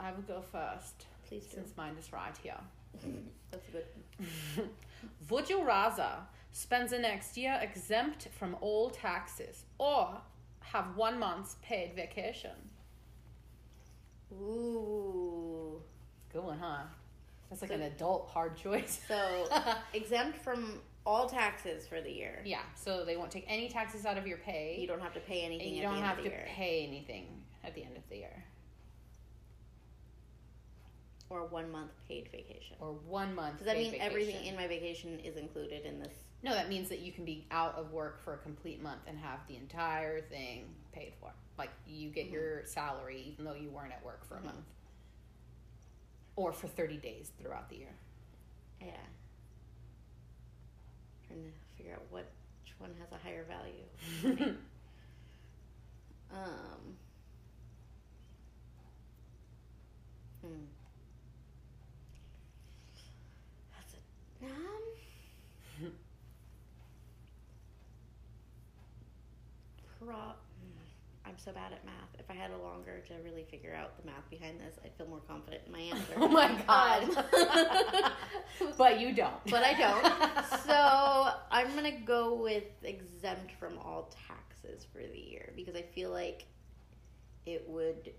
Speaker 1: I will go first.
Speaker 2: Please do.
Speaker 1: Since mine is right here.
Speaker 2: That's a good.
Speaker 1: Would Raza spends the next year exempt from all taxes or have one month's paid vacation?
Speaker 2: Ooh.
Speaker 1: Good one, huh? That's like
Speaker 2: So-
Speaker 1: an adult hard choice.
Speaker 2: So exempt from all taxes for the year.
Speaker 1: yeah, so they won't take any taxes out of your pay.
Speaker 2: You don't have to pay anything.
Speaker 1: and you
Speaker 2: at
Speaker 1: don't
Speaker 2: the
Speaker 1: have
Speaker 2: end
Speaker 1: to
Speaker 2: of the year.
Speaker 1: pay anything at the end of the year
Speaker 2: or one month paid vacation.
Speaker 1: or one month.
Speaker 2: Does that
Speaker 1: paid
Speaker 2: mean everything
Speaker 1: vacation.
Speaker 2: in my vacation is included in this?
Speaker 1: No, that means that you can be out of work for a complete month and have the entire thing paid for. Like you get
Speaker 2: Mm-hmm.
Speaker 1: your salary even though you weren't at work for a
Speaker 2: Mhm.
Speaker 1: month. Or for 30 days throughout the year.
Speaker 2: Yeah. Trying to figure out which one has a higher value. Um. Hmm. That's a um. pro. hmm, I'm so bad at math. If I had a longer to really figure out the math behind this, I'd feel more confident in my answer.
Speaker 1: oh my
Speaker 2: Um,
Speaker 1: god. but you don't.
Speaker 2: but I don't. so I'm gonna go with exempt from all taxes for the year because I feel like it would,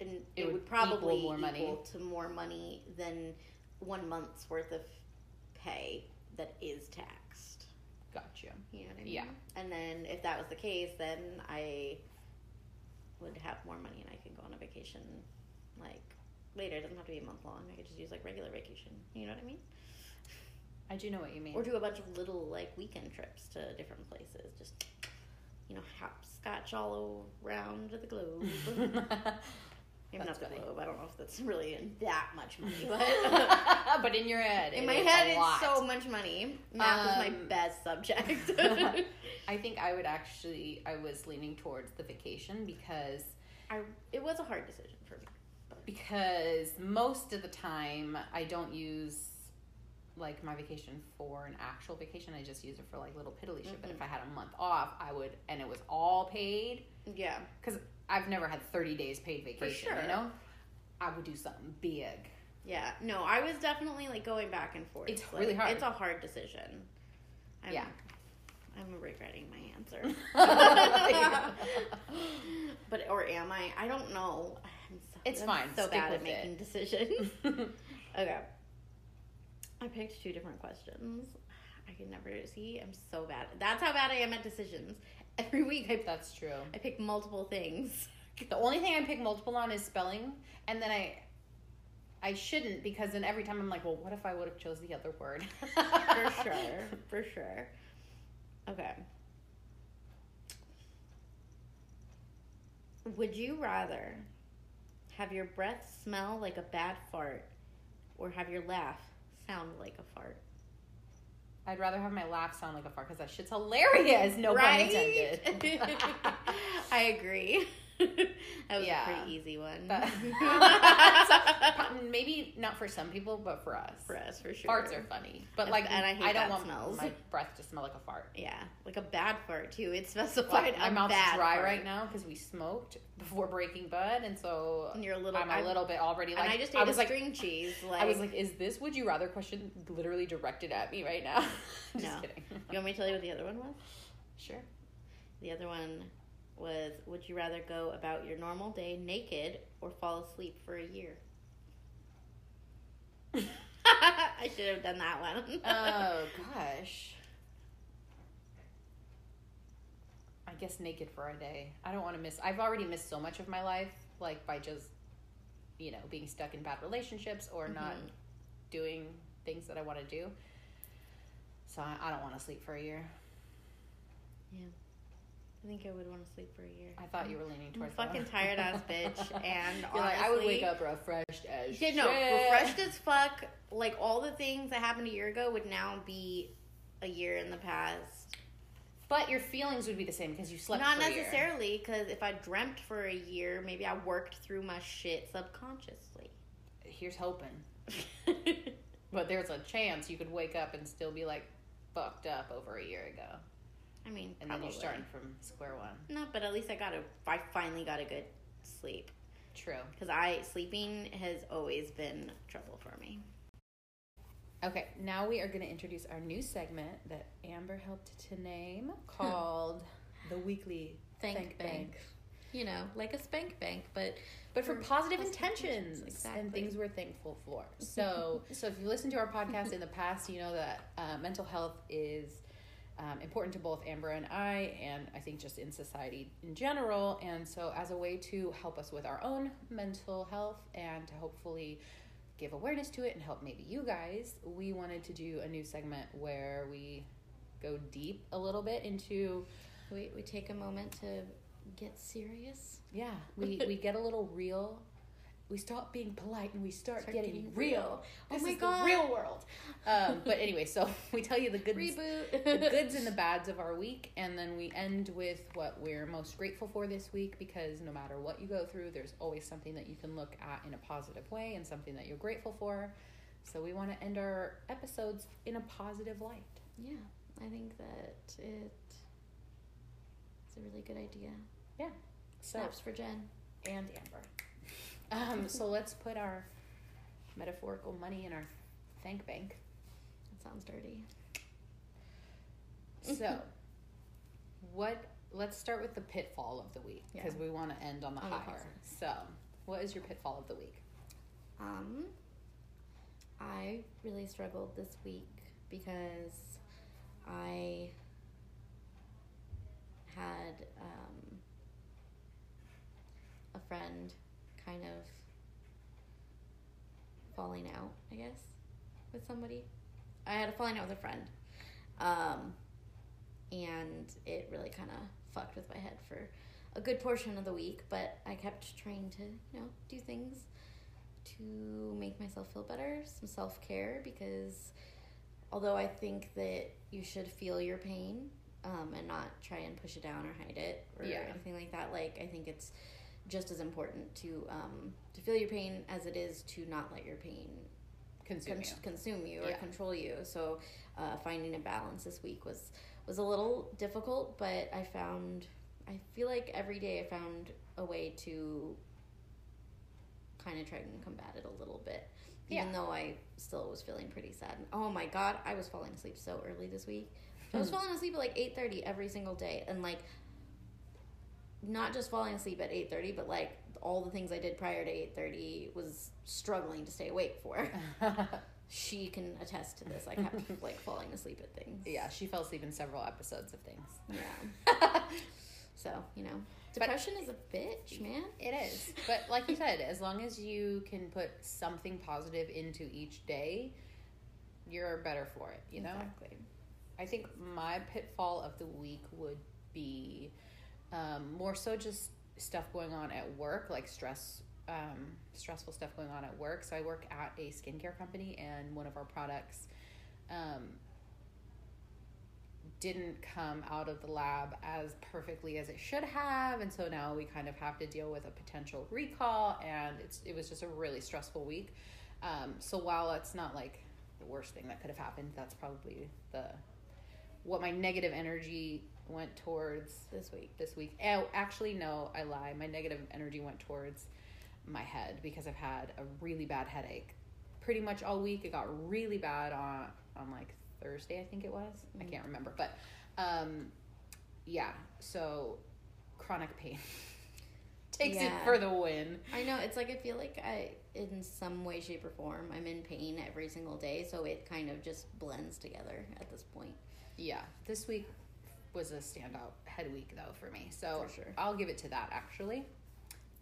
Speaker 2: and it,
Speaker 1: It
Speaker 2: would,
Speaker 1: would
Speaker 2: probably
Speaker 1: equal more money.
Speaker 2: equal to more money than one month's worth of pay that is taxed.
Speaker 1: Got you.
Speaker 2: You know what I mean?
Speaker 1: Yeah.
Speaker 2: And then if that was the case, then I would have more money and I could go on a vacation like later. It doesn't have to be a month long. I could just use like regular vacation. You know what I mean?
Speaker 1: I do know what you mean.
Speaker 2: Or do a bunch of little like weekend trips to different places. Just you know, hopscotch all around the globe. Maybe
Speaker 1: That's
Speaker 2: not the
Speaker 1: funny.
Speaker 2: globe. I don't know if that's really that much money, but
Speaker 1: but, but in your head,
Speaker 2: in
Speaker 1: it
Speaker 2: my
Speaker 1: is
Speaker 2: head
Speaker 1: a
Speaker 2: it's
Speaker 1: lot.
Speaker 2: so much money. Math is my
Speaker 1: Um,
Speaker 2: best subject.
Speaker 1: I think I would actually. I was leaning towards the vacation because
Speaker 2: I, it was a hard decision for me.
Speaker 1: because most of the time I don't use like my vacation for an actual vacation. I just use it for like little piddly shit. But if
Speaker 2: Mm-hmm.
Speaker 1: I had a month off, I would, and it was all paid.
Speaker 2: Yeah.
Speaker 1: I've never had thirty days paid vacation.
Speaker 2: sure.
Speaker 1: You know, I would do something big.
Speaker 2: Yeah, no, I was definitely like going back and forth.
Speaker 1: It's
Speaker 2: Like,
Speaker 1: really hard.
Speaker 2: It's a hard decision. I'm,
Speaker 1: Yeah.
Speaker 2: I'm regretting my answer. but or am I? I don't know. I'm so,
Speaker 1: It's
Speaker 2: I'm
Speaker 1: fine.
Speaker 2: So
Speaker 1: Stick
Speaker 2: bad at
Speaker 1: with it.
Speaker 2: making decisions. okay. I picked two different questions. I can never see. I'm so bad. That's how bad I am at decisions. Every week I
Speaker 1: That's true.
Speaker 2: I pick multiple things.
Speaker 1: The only thing I pick multiple on is spelling, and then I. I shouldn't because then every time I'm like, well, what if I would have chose the other word?
Speaker 2: for sure. For sure. Okay. Would you rather have your breath smell like a bad fart or have your laugh sound like a fart?
Speaker 1: I'd rather have my laugh sound like a fart because that shit's hilarious. No pun intended.
Speaker 2: I agree. that was
Speaker 1: Yeah.
Speaker 2: a pretty easy one.
Speaker 1: That- Maybe not for some people, but for us,
Speaker 2: for us, for sure.
Speaker 1: farts are funny. But
Speaker 2: That's-
Speaker 1: like,
Speaker 2: and I hate
Speaker 1: don't
Speaker 2: bad
Speaker 1: want
Speaker 2: smells.
Speaker 1: my breath to smell like a fart.
Speaker 2: yeah, like a bad fart too. It's specified.
Speaker 1: Like, my
Speaker 2: a
Speaker 1: mouth's
Speaker 2: bad
Speaker 1: dry
Speaker 2: fart.
Speaker 1: right now because we smoked before Breaking Bud, and so
Speaker 2: And you're a little.
Speaker 1: I'm a little bit already like
Speaker 2: and I just ate
Speaker 1: I was
Speaker 2: a
Speaker 1: like
Speaker 2: string cheese. Like,
Speaker 1: I was like, is this would you rather question literally directed at me right now? just
Speaker 2: No.
Speaker 1: kidding.
Speaker 2: you want me to tell you what the other one was?
Speaker 1: Sure.
Speaker 2: The other one was, would you rather go about your normal day naked or fall asleep for a year? I should have done that one.
Speaker 1: Oh gosh. I guess naked for a day. I don't want to miss. I've already missed so much of my life, like by just, you know, being stuck in bad relationships or not
Speaker 2: Mhm.
Speaker 1: doing things that I want to do. So I, I don't want to sleep for a year.
Speaker 2: I think I would want to sleep for a year.
Speaker 1: I thought you were leaning
Speaker 2: I'm a
Speaker 1: towards that
Speaker 2: fucking
Speaker 1: one.
Speaker 2: tired ass bitch, and
Speaker 1: You're like, I would wake
Speaker 2: honestly-
Speaker 1: up refreshed as
Speaker 2: Yeah,
Speaker 1: shit.
Speaker 2: no, refreshed as fuck. Like all the things that happened a year ago would now be a year in the past.
Speaker 1: But your feelings would be the same because you slept.
Speaker 2: Not
Speaker 1: for a year.
Speaker 2: necessarily, because if I dreamt for a year, maybe I worked through my shit subconsciously.
Speaker 1: Here's hoping. But there's a chance you could wake up and still be like fucked up over a year ago.
Speaker 2: I mean,
Speaker 1: And
Speaker 2: probably.
Speaker 1: then you're starting from square one.
Speaker 2: No, but at least I got a. I finally got a good sleep
Speaker 1: True.
Speaker 2: because I sleeping has always been trouble for me.
Speaker 1: Okay, now we are going to introduce our new segment that Amber helped to name called the weekly
Speaker 2: Thank,
Speaker 1: Thank
Speaker 2: bank.
Speaker 1: Bank.
Speaker 2: you know, like a spank bank, but
Speaker 1: but for
Speaker 2: For
Speaker 1: positive
Speaker 2: positive
Speaker 1: intentions
Speaker 2: intentions,
Speaker 1: and
Speaker 2: exactly.
Speaker 1: things we're thankful for. So, so if you listen to our podcast in the past, you know that uh, mental health is um, important to both Amber and I, and I think just in society in general. And so, as a way to help us with our own mental health and to hopefully give awareness to it and help maybe you guys, we wanted to do a new segment where we go deep a little bit into
Speaker 2: we we take a moment to get serious.
Speaker 1: yeah we we get a little real we stop being polite and we start,
Speaker 2: Start
Speaker 1: getting,
Speaker 2: getting
Speaker 1: real,
Speaker 2: real. Oh
Speaker 1: This
Speaker 2: my
Speaker 1: is
Speaker 2: God.
Speaker 1: the real world um, but anyway so we tell you the good
Speaker 2: Reboot.
Speaker 1: the goods and the bads of our week and then we end with what we're most grateful for this week because no matter what you go through there's always something that you can look at in a positive way and something that you're grateful for so we want to end our episodes in a positive light
Speaker 2: Yeah, I think that it it's a really good idea.
Speaker 1: so
Speaker 2: Snaps for Jen.
Speaker 1: and Amber. Um, so let's put our metaphorical money in our thank bank.
Speaker 2: That sounds dirty.
Speaker 1: So, what? Let's start with the pitfall of the week because we want to end on the
Speaker 2: On the
Speaker 1: higher. So, what is your pitfall of the week?
Speaker 2: Um, I really struggled this week because I had um, a friend kind of falling out, I guess, with somebody. I had a falling out with a friend. Um, and it really kind of fucked with my head for a good portion of the week, but I kept trying to, you know, do things to make myself feel better, some self care, because although I think that you should feel your pain um, and not try and push it down or hide it or
Speaker 1: Yeah.
Speaker 2: anything like that, like I think it's just as important to um, to feel your pain as it is to not let your pain
Speaker 1: Consume
Speaker 2: con-
Speaker 1: you.
Speaker 2: consume you or
Speaker 1: Yeah.
Speaker 2: control you. So uh, finding a balance this week was was a little difficult, but I found I feel like every day I found a way to kind of try and combat it a little bit. Even
Speaker 1: Yeah.
Speaker 2: though I still was feeling pretty sad. And, oh my god, I was falling asleep so early this week. I
Speaker 1: Hmm.
Speaker 2: was falling asleep at like eight thirty every single day, and like not just falling asleep at eight thirty, but like all the things I did prior to eight thirty was struggling to stay awake for. She can attest to this. I kept like falling asleep at things.
Speaker 1: yeah, she fell asleep in several episodes of things.
Speaker 2: Yeah. so you know, depression is a bitch, man.
Speaker 1: It is. But like you said, as long as you can put something positive into each day, you're better for it, you know?
Speaker 2: exactly.
Speaker 1: I think my pitfall of the week would be um, more so just stuff going on at work, like stress, um, stressful stuff going on at work. So I work at a skincare company, and one of our products um, didn't come out of the lab as perfectly as it should have, and so now we kind of have to deal with a potential recall, and it's it was just a really stressful week. Um, so while it's not like the worst thing that could have happened, that's probably the what my negative energy went towards
Speaker 2: This week,
Speaker 1: this week. Oh, actually, no, I lie. My negative energy went towards my head because I've had a really bad headache pretty much all week. It got really bad on on like Thursday, I think it was. I
Speaker 2: Mm-hmm.
Speaker 1: can't remember, but um, yeah. So chronic pain takes
Speaker 2: Yeah.
Speaker 1: it for the win.
Speaker 2: I know it's like I feel like I, in some way, shape, or form, I'm in pain every single day. So it kind of just blends together at this point.
Speaker 1: Yeah, this week was a standout head week though for me. So
Speaker 2: For sure.
Speaker 1: I'll give it to that actually.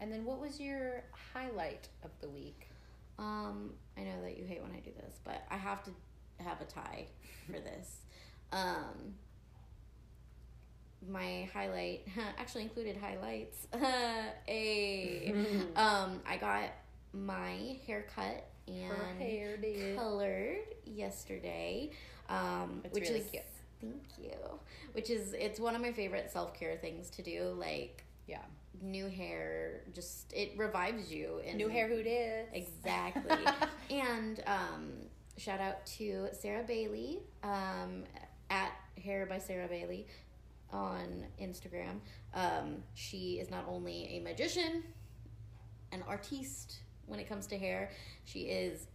Speaker 1: And then what was your highlight of the week?
Speaker 2: Um, I know that you hate when I do this, but I have to have a tie for this. Um, my highlight actually included highlights. a um, I got my haircut
Speaker 1: Her
Speaker 2: and
Speaker 1: hair, dude.
Speaker 2: colored yesterday. Um,
Speaker 1: It's
Speaker 2: which
Speaker 1: really
Speaker 2: is
Speaker 1: cute.
Speaker 2: thank you. Which is it's one of my favorite self care things to do. Like
Speaker 1: Yeah.
Speaker 2: new hair, just it revives you. And
Speaker 1: New hair, who did?
Speaker 2: Exactly. and um, shout out to Sarah Bailey um, at Hair by Sarah Bailey on Instagram. Um, she is not only a magician, an artiste when it comes to hair, she is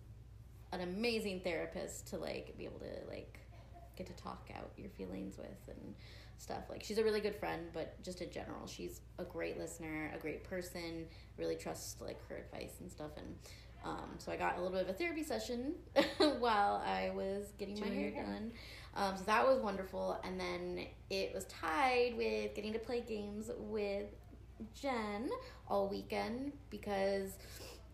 Speaker 2: an amazing therapist to like be able to like get to talk out your feelings with and stuff like she's a really good friend but just in general she's a great listener a great person really trust like her advice and stuff and um, so i got a little bit of a therapy session while i was getting my
Speaker 1: Doing
Speaker 2: hair
Speaker 1: your hair.
Speaker 2: done um, so that was wonderful and then it was tied with getting to play games with jen all weekend because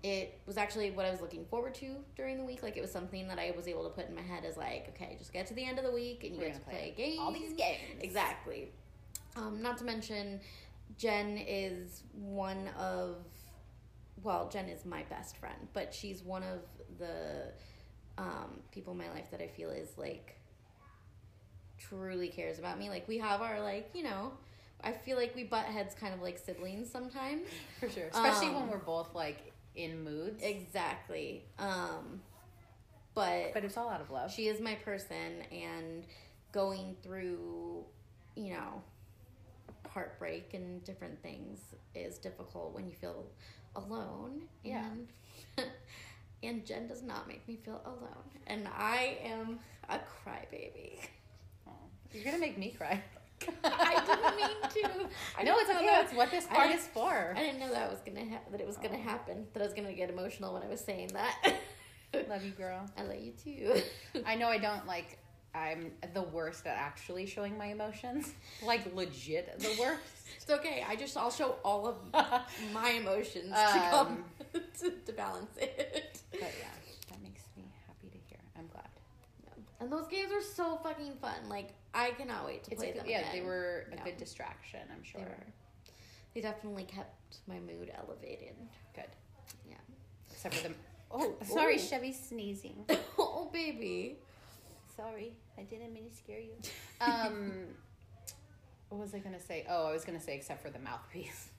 Speaker 2: it was actually what I was looking forward to during the week. Like it was something that I was able to put in my head as like, okay, just get to the end of the week and you
Speaker 1: We're
Speaker 2: get to
Speaker 1: gonna play
Speaker 2: play, games.
Speaker 1: All these games.
Speaker 2: Exactly. Um, not to mention, Jen is one of, well, Jen is my best friend, but she's one of the um, people in my life that I feel is like truly cares about me. Like we have our like, you know, I feel like we butt heads kind of like siblings sometimes.
Speaker 1: For sure. Especially
Speaker 2: Um,
Speaker 1: when we're both like in moods.
Speaker 2: Exactly. Um,
Speaker 1: But it's all out of love.
Speaker 2: she is my person and going through you know heartbreak and different things is difficult when you feel alone
Speaker 1: Yeah.
Speaker 2: and and jen does not make me feel alone and i am a crybaby
Speaker 1: Aw. You're gonna make me cry.
Speaker 2: i didn't mean to I
Speaker 1: no,
Speaker 2: didn't
Speaker 1: it's
Speaker 2: know
Speaker 1: okay.
Speaker 2: that-
Speaker 1: That's what this part
Speaker 2: I-
Speaker 1: is for.
Speaker 2: i didn't know that was gonna ha- that it was gonna
Speaker 1: Oh.
Speaker 2: happen that i was gonna get emotional when i was saying that
Speaker 1: Love you, girl.
Speaker 2: i love you too
Speaker 1: I know I don't like. I'm the worst at actually showing my emotions. Like legit, the worst.
Speaker 2: it's okay i just i'll show all of my emotions
Speaker 1: Um,
Speaker 2: to come to, to balance it.
Speaker 1: But yeah,
Speaker 2: And those games were so fucking fun. Like I cannot wait to
Speaker 1: It's
Speaker 2: play
Speaker 1: a good,
Speaker 2: them.
Speaker 1: yeah,
Speaker 2: again.
Speaker 1: they were a
Speaker 2: Yeah.
Speaker 1: good distraction, I'm sure.
Speaker 2: They were. They definitely kept my mood elevated.
Speaker 1: Good.
Speaker 2: Yeah.
Speaker 1: Except for them. Oh, sorry,
Speaker 2: Ooh.
Speaker 1: Chevy sneezing.
Speaker 2: oh baby.
Speaker 1: Sorry, I didn't mean to scare you. Um, what was I gonna say? Oh, I was gonna say except for the mouthpiece.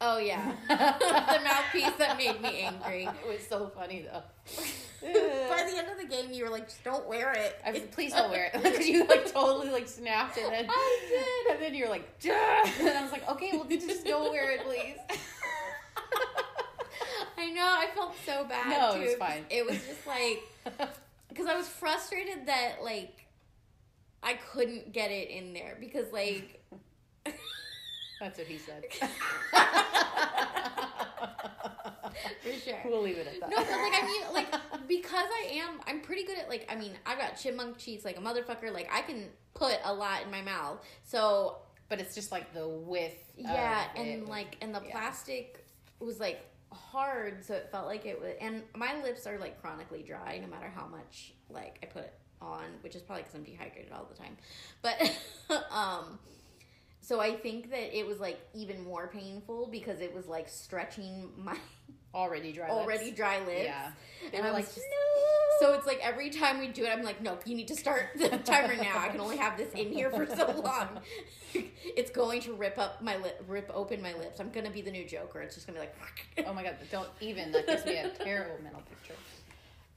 Speaker 2: Oh yeah. the mouthpiece that made me angry.
Speaker 1: It was so funny though.
Speaker 2: By the end of the game, you were like, just don't wear it.
Speaker 1: I was, please don't wear it because you like totally like snapped and then
Speaker 2: I did.
Speaker 1: and then you're like, "Duh." and I was like, okay, well just don't wear it, please.
Speaker 2: I know. I felt so bad.
Speaker 1: No, it
Speaker 2: too.
Speaker 1: was fine.
Speaker 2: It was just like because I was frustrated that like I couldn't get it in there because like
Speaker 1: That's what he said.
Speaker 2: for sure.
Speaker 1: we'll leave it at that.
Speaker 2: No, but like I mean, like because I am, I'm pretty good at like I mean, I've got chipmunk cheeks like a motherfucker. Like I can put a lot in my mouth. So
Speaker 1: but it's just like the width. of
Speaker 2: yeah, and
Speaker 1: it.
Speaker 2: like and the
Speaker 1: yeah.
Speaker 2: plastic was like hard, so it felt like it was. And my lips are like chronically dry, no matter how much like I put it on, which is probably because I'm dehydrated all the time. But um, so I think that it was like even more painful because it was like stretching my
Speaker 1: already dry.
Speaker 2: already
Speaker 1: lips.
Speaker 2: dry lips.
Speaker 1: Yeah.
Speaker 2: And
Speaker 1: were
Speaker 2: I
Speaker 1: like,
Speaker 2: was just, no. So it's like every time we do it, I'm like, no, you need to start the timer now. I can only have this in here for so long. it's going to rip up my lip, rip open my lips. I'm gonna be the new Joker. It's just gonna be like,
Speaker 1: Oh my god, don't even. That gives me a terrible mental picture.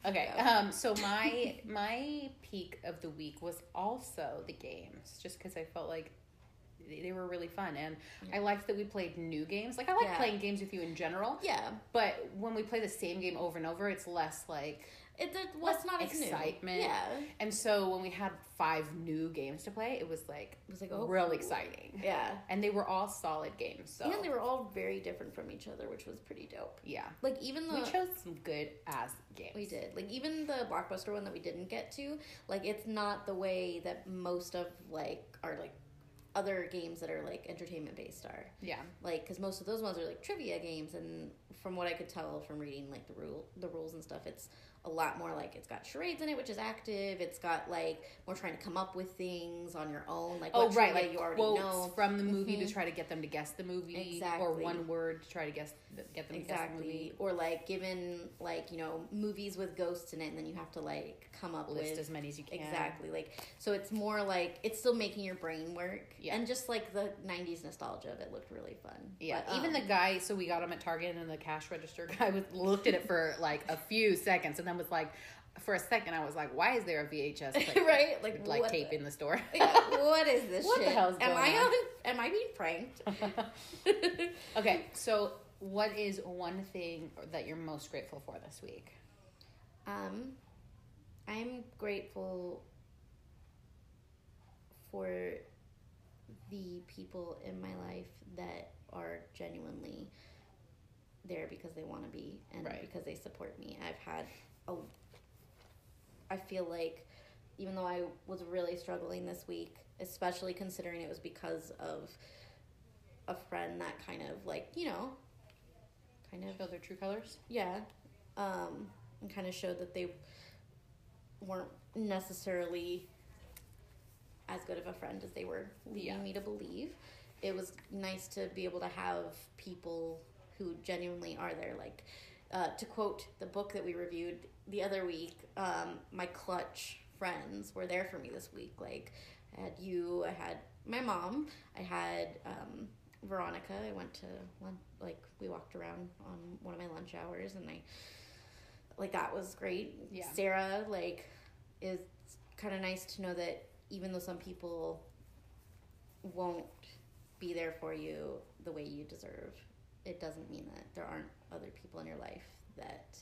Speaker 1: Okay, um, so my my peak of the week was also the games, just because I felt like they they were really fun, and I liked that we played new games. Like I like
Speaker 2: Yeah.
Speaker 1: playing games with you in general,
Speaker 2: yeah,
Speaker 1: but when we play the same game over and over, it's less like.
Speaker 2: it, it was not as new.
Speaker 1: Excitement.
Speaker 2: Yeah,
Speaker 1: And so when we had five new games to play, it was like
Speaker 2: it was like oh,
Speaker 1: real
Speaker 2: cool.
Speaker 1: exciting,
Speaker 2: Yeah,
Speaker 1: and they were all solid games. So
Speaker 2: and they were all very different from each other, which was pretty dope.
Speaker 1: yeah,
Speaker 2: Like even the
Speaker 1: we chose some good ass games.
Speaker 2: We did. Like even the blockbuster one that we didn't get to, like it's not the way that most of like our like other games that are like entertainment based are.
Speaker 1: Yeah,
Speaker 2: Like cuz most of those ones are like trivia games and from what I could tell from reading like the rule the rules and stuff, it's a lot more like it's got charades in it, which is active. It's got like more trying to come up with things on your own, like
Speaker 1: Oh
Speaker 2: what
Speaker 1: right,
Speaker 2: trivia
Speaker 1: like
Speaker 2: you already
Speaker 1: quotes
Speaker 2: know. Mm-hmm.
Speaker 1: from the movie to try to get them to guess the movie, or
Speaker 2: Exactly.
Speaker 1: one word to try to guess get them to guess the movie.
Speaker 2: Exactly. Or like given like, you know, movies with ghosts in it and then you have to like come up
Speaker 1: List
Speaker 2: with
Speaker 1: as many as you can.
Speaker 2: Exactly. Like so it's more like it's still making your brain work.
Speaker 1: Yeah.
Speaker 2: And just like the nineties nostalgia of it looked really fun.
Speaker 1: Yeah,
Speaker 2: But,
Speaker 1: even the
Speaker 2: um,
Speaker 1: guy. So we got him at Target, and the cash register guy was, looked at it for like a few seconds, and then was like, for a second, I was like, "Why is there a VHS tape,
Speaker 2: right? Like,
Speaker 1: like
Speaker 2: what
Speaker 1: tape
Speaker 2: the-
Speaker 1: in the store?"
Speaker 2: Yeah, what is this
Speaker 1: What the
Speaker 2: shit?
Speaker 1: hell's
Speaker 2: am
Speaker 1: going
Speaker 2: I
Speaker 1: on?
Speaker 2: am I being pranked?
Speaker 1: okay, so what is one thing that you're most grateful for this week?
Speaker 2: Um I'm grateful for the people in my life that are genuinely there because they want to be and
Speaker 1: Right.
Speaker 2: because they support me. I've had a I feel like even though I was really struggling this week, especially considering it was because of a friend that kind of like, you know, kind of
Speaker 1: Show their true colors.
Speaker 2: yeah um and kind of showed that they weren't necessarily as good of a friend as they were leading
Speaker 1: Yeah.
Speaker 2: me to believe it was nice to be able to have people who genuinely are there like uh, to quote the book that we reviewed the other week um, my clutch friends were there for me this week like i had you i had my mom i had um, veronica i went to lunch like we walked around on one of my lunch hours and i like that was great
Speaker 1: Yeah.
Speaker 2: sarah like is kind of nice to know that even though some people won't be there for you the way you deserve, it doesn't mean that there aren't other people in your life that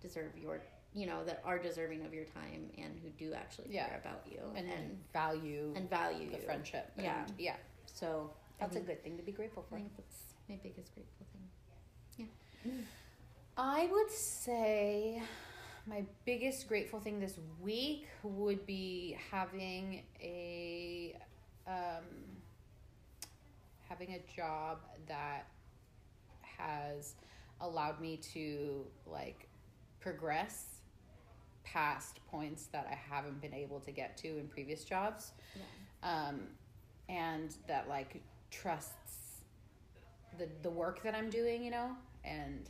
Speaker 2: deserve your, you know, that are deserving of your time and who do actually
Speaker 1: Yeah.
Speaker 2: care about you
Speaker 1: And,
Speaker 2: and and,
Speaker 1: value
Speaker 2: value
Speaker 1: the
Speaker 2: you.
Speaker 1: friendship. and-
Speaker 2: Yeah.
Speaker 1: yeah,
Speaker 2: So I
Speaker 1: that's a
Speaker 2: think-
Speaker 1: good thing to be grateful
Speaker 2: I
Speaker 1: for.
Speaker 2: think that's my biggest grateful thing.
Speaker 1: I would say my biggest grateful thing this week would be having a um, having a job that has allowed me to like progress past points that I haven't been able to get to in previous jobs.
Speaker 2: Yeah.
Speaker 1: Um, and that like trusts the the work that I'm doing, you know, and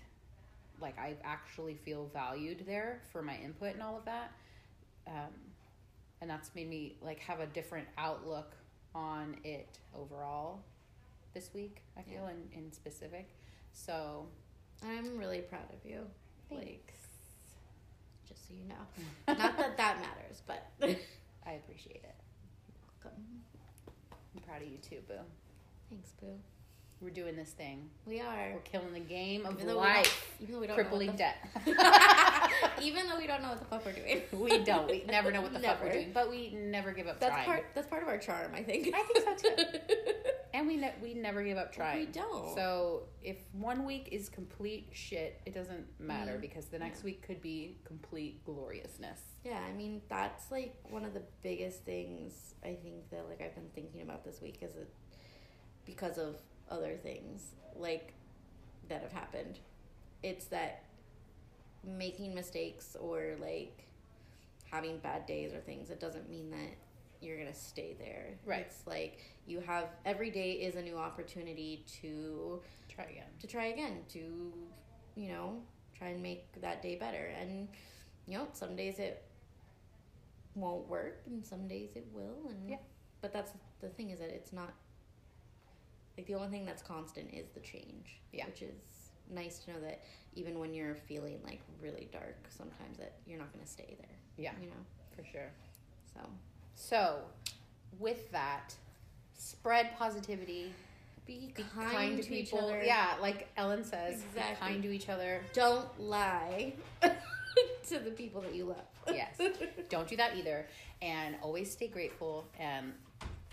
Speaker 1: like I actually feel valued there for my input and all of that. Um, and that's made me like have a different outlook on it overall this week, I feel, in, in specific. So
Speaker 2: I'm really proud of you. Like,
Speaker 1: Thanks.
Speaker 2: just so you know. Not that that matters, but
Speaker 1: I appreciate it.
Speaker 2: welcome.
Speaker 1: I'm proud of you too, Boo.
Speaker 2: Thanks, Boo.
Speaker 1: We're doing this thing.
Speaker 2: We
Speaker 1: We're
Speaker 2: are.
Speaker 1: killing the game of
Speaker 2: Even though we don't-
Speaker 1: life.
Speaker 2: Even though we don't
Speaker 1: Crippling
Speaker 2: know
Speaker 1: debt.
Speaker 2: what the f- Even though we don't know what the fuck we're doing.
Speaker 1: we don't. We never know what the fuck we're
Speaker 2: Never.
Speaker 1: doing, but we never give up
Speaker 2: That's
Speaker 1: trying.
Speaker 2: part that's part of our charm, I think.
Speaker 1: I think so,
Speaker 2: too.
Speaker 1: And we ne- we never give up trying.
Speaker 2: We don't.
Speaker 1: So if one week is complete shit, it doesn't matter
Speaker 2: Mhm.
Speaker 1: because the next week could be complete gloriousness.
Speaker 2: Yeah, I mean that's like one of the biggest things I think that like I've been thinking about this week is it because of other things like that have happened. It's that making mistakes or like having bad days or things, it doesn't mean that you're gonna stay there.
Speaker 1: Right.
Speaker 2: It's like you have every day is a new opportunity to
Speaker 1: Try again.
Speaker 2: to try again to you know try and make that day better and you know some days it won't work and some days it will and
Speaker 1: Yeah.
Speaker 2: but that's the thing is that it's not like the only thing that's constant is the change
Speaker 1: Yeah.
Speaker 2: which is nice to know that even when you're feeling like really dark sometimes that you're not going to stay there
Speaker 1: Yeah.
Speaker 2: you know
Speaker 1: For sure.
Speaker 2: so
Speaker 1: So with that, spread positivity.
Speaker 2: be,
Speaker 1: Be
Speaker 2: kind, to, each other
Speaker 1: Yeah, like Ellen says,
Speaker 2: Exactly.
Speaker 1: be kind to each other.
Speaker 2: don't lie to the people that you love
Speaker 1: Yes. Don't do that either. And always stay grateful and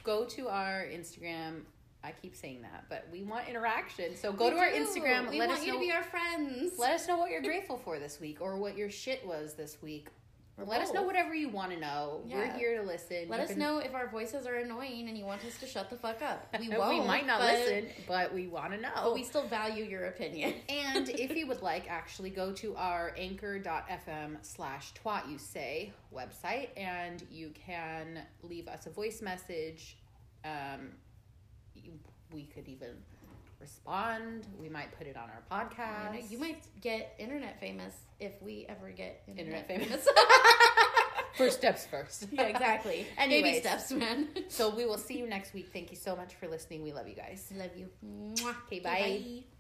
Speaker 1: go to our Instagram. I keep saying that, but we want interaction. So go
Speaker 2: We
Speaker 1: to our
Speaker 2: do.
Speaker 1: Instagram.
Speaker 2: We
Speaker 1: let
Speaker 2: want
Speaker 1: us
Speaker 2: you
Speaker 1: know
Speaker 2: to be our friends.
Speaker 1: let us know what you're grateful for this week or what your shit was this week.
Speaker 2: Or
Speaker 1: let us know
Speaker 2: both.
Speaker 1: whatever you want to know. We're
Speaker 2: Yeah.
Speaker 1: here to listen.
Speaker 2: Let
Speaker 1: You
Speaker 2: us
Speaker 1: can-
Speaker 2: know if our voices are annoying and you want us to shut the fuck up. We
Speaker 1: We,
Speaker 2: won't.
Speaker 1: might not
Speaker 2: but,
Speaker 1: listen, but we want to know.
Speaker 2: but we still value your opinion.
Speaker 1: and if you would like, actually go to our anchor.fm slash twat you say website and you can leave us a voice message. Um, you- we could even respond. We might put it on our
Speaker 2: I know,
Speaker 1: podcast.
Speaker 2: you might get internet famous if we ever get internet,
Speaker 1: Internet famous.
Speaker 2: famous.
Speaker 1: First steps first.
Speaker 2: yeah, exactly. Baby
Speaker 1: Anyways.
Speaker 2: steps, man.
Speaker 1: So we will see you next week. Thank you so much for listening. We love you guys.
Speaker 2: Love you. Mwah.
Speaker 1: Ah, Okay, bye.
Speaker 2: bye.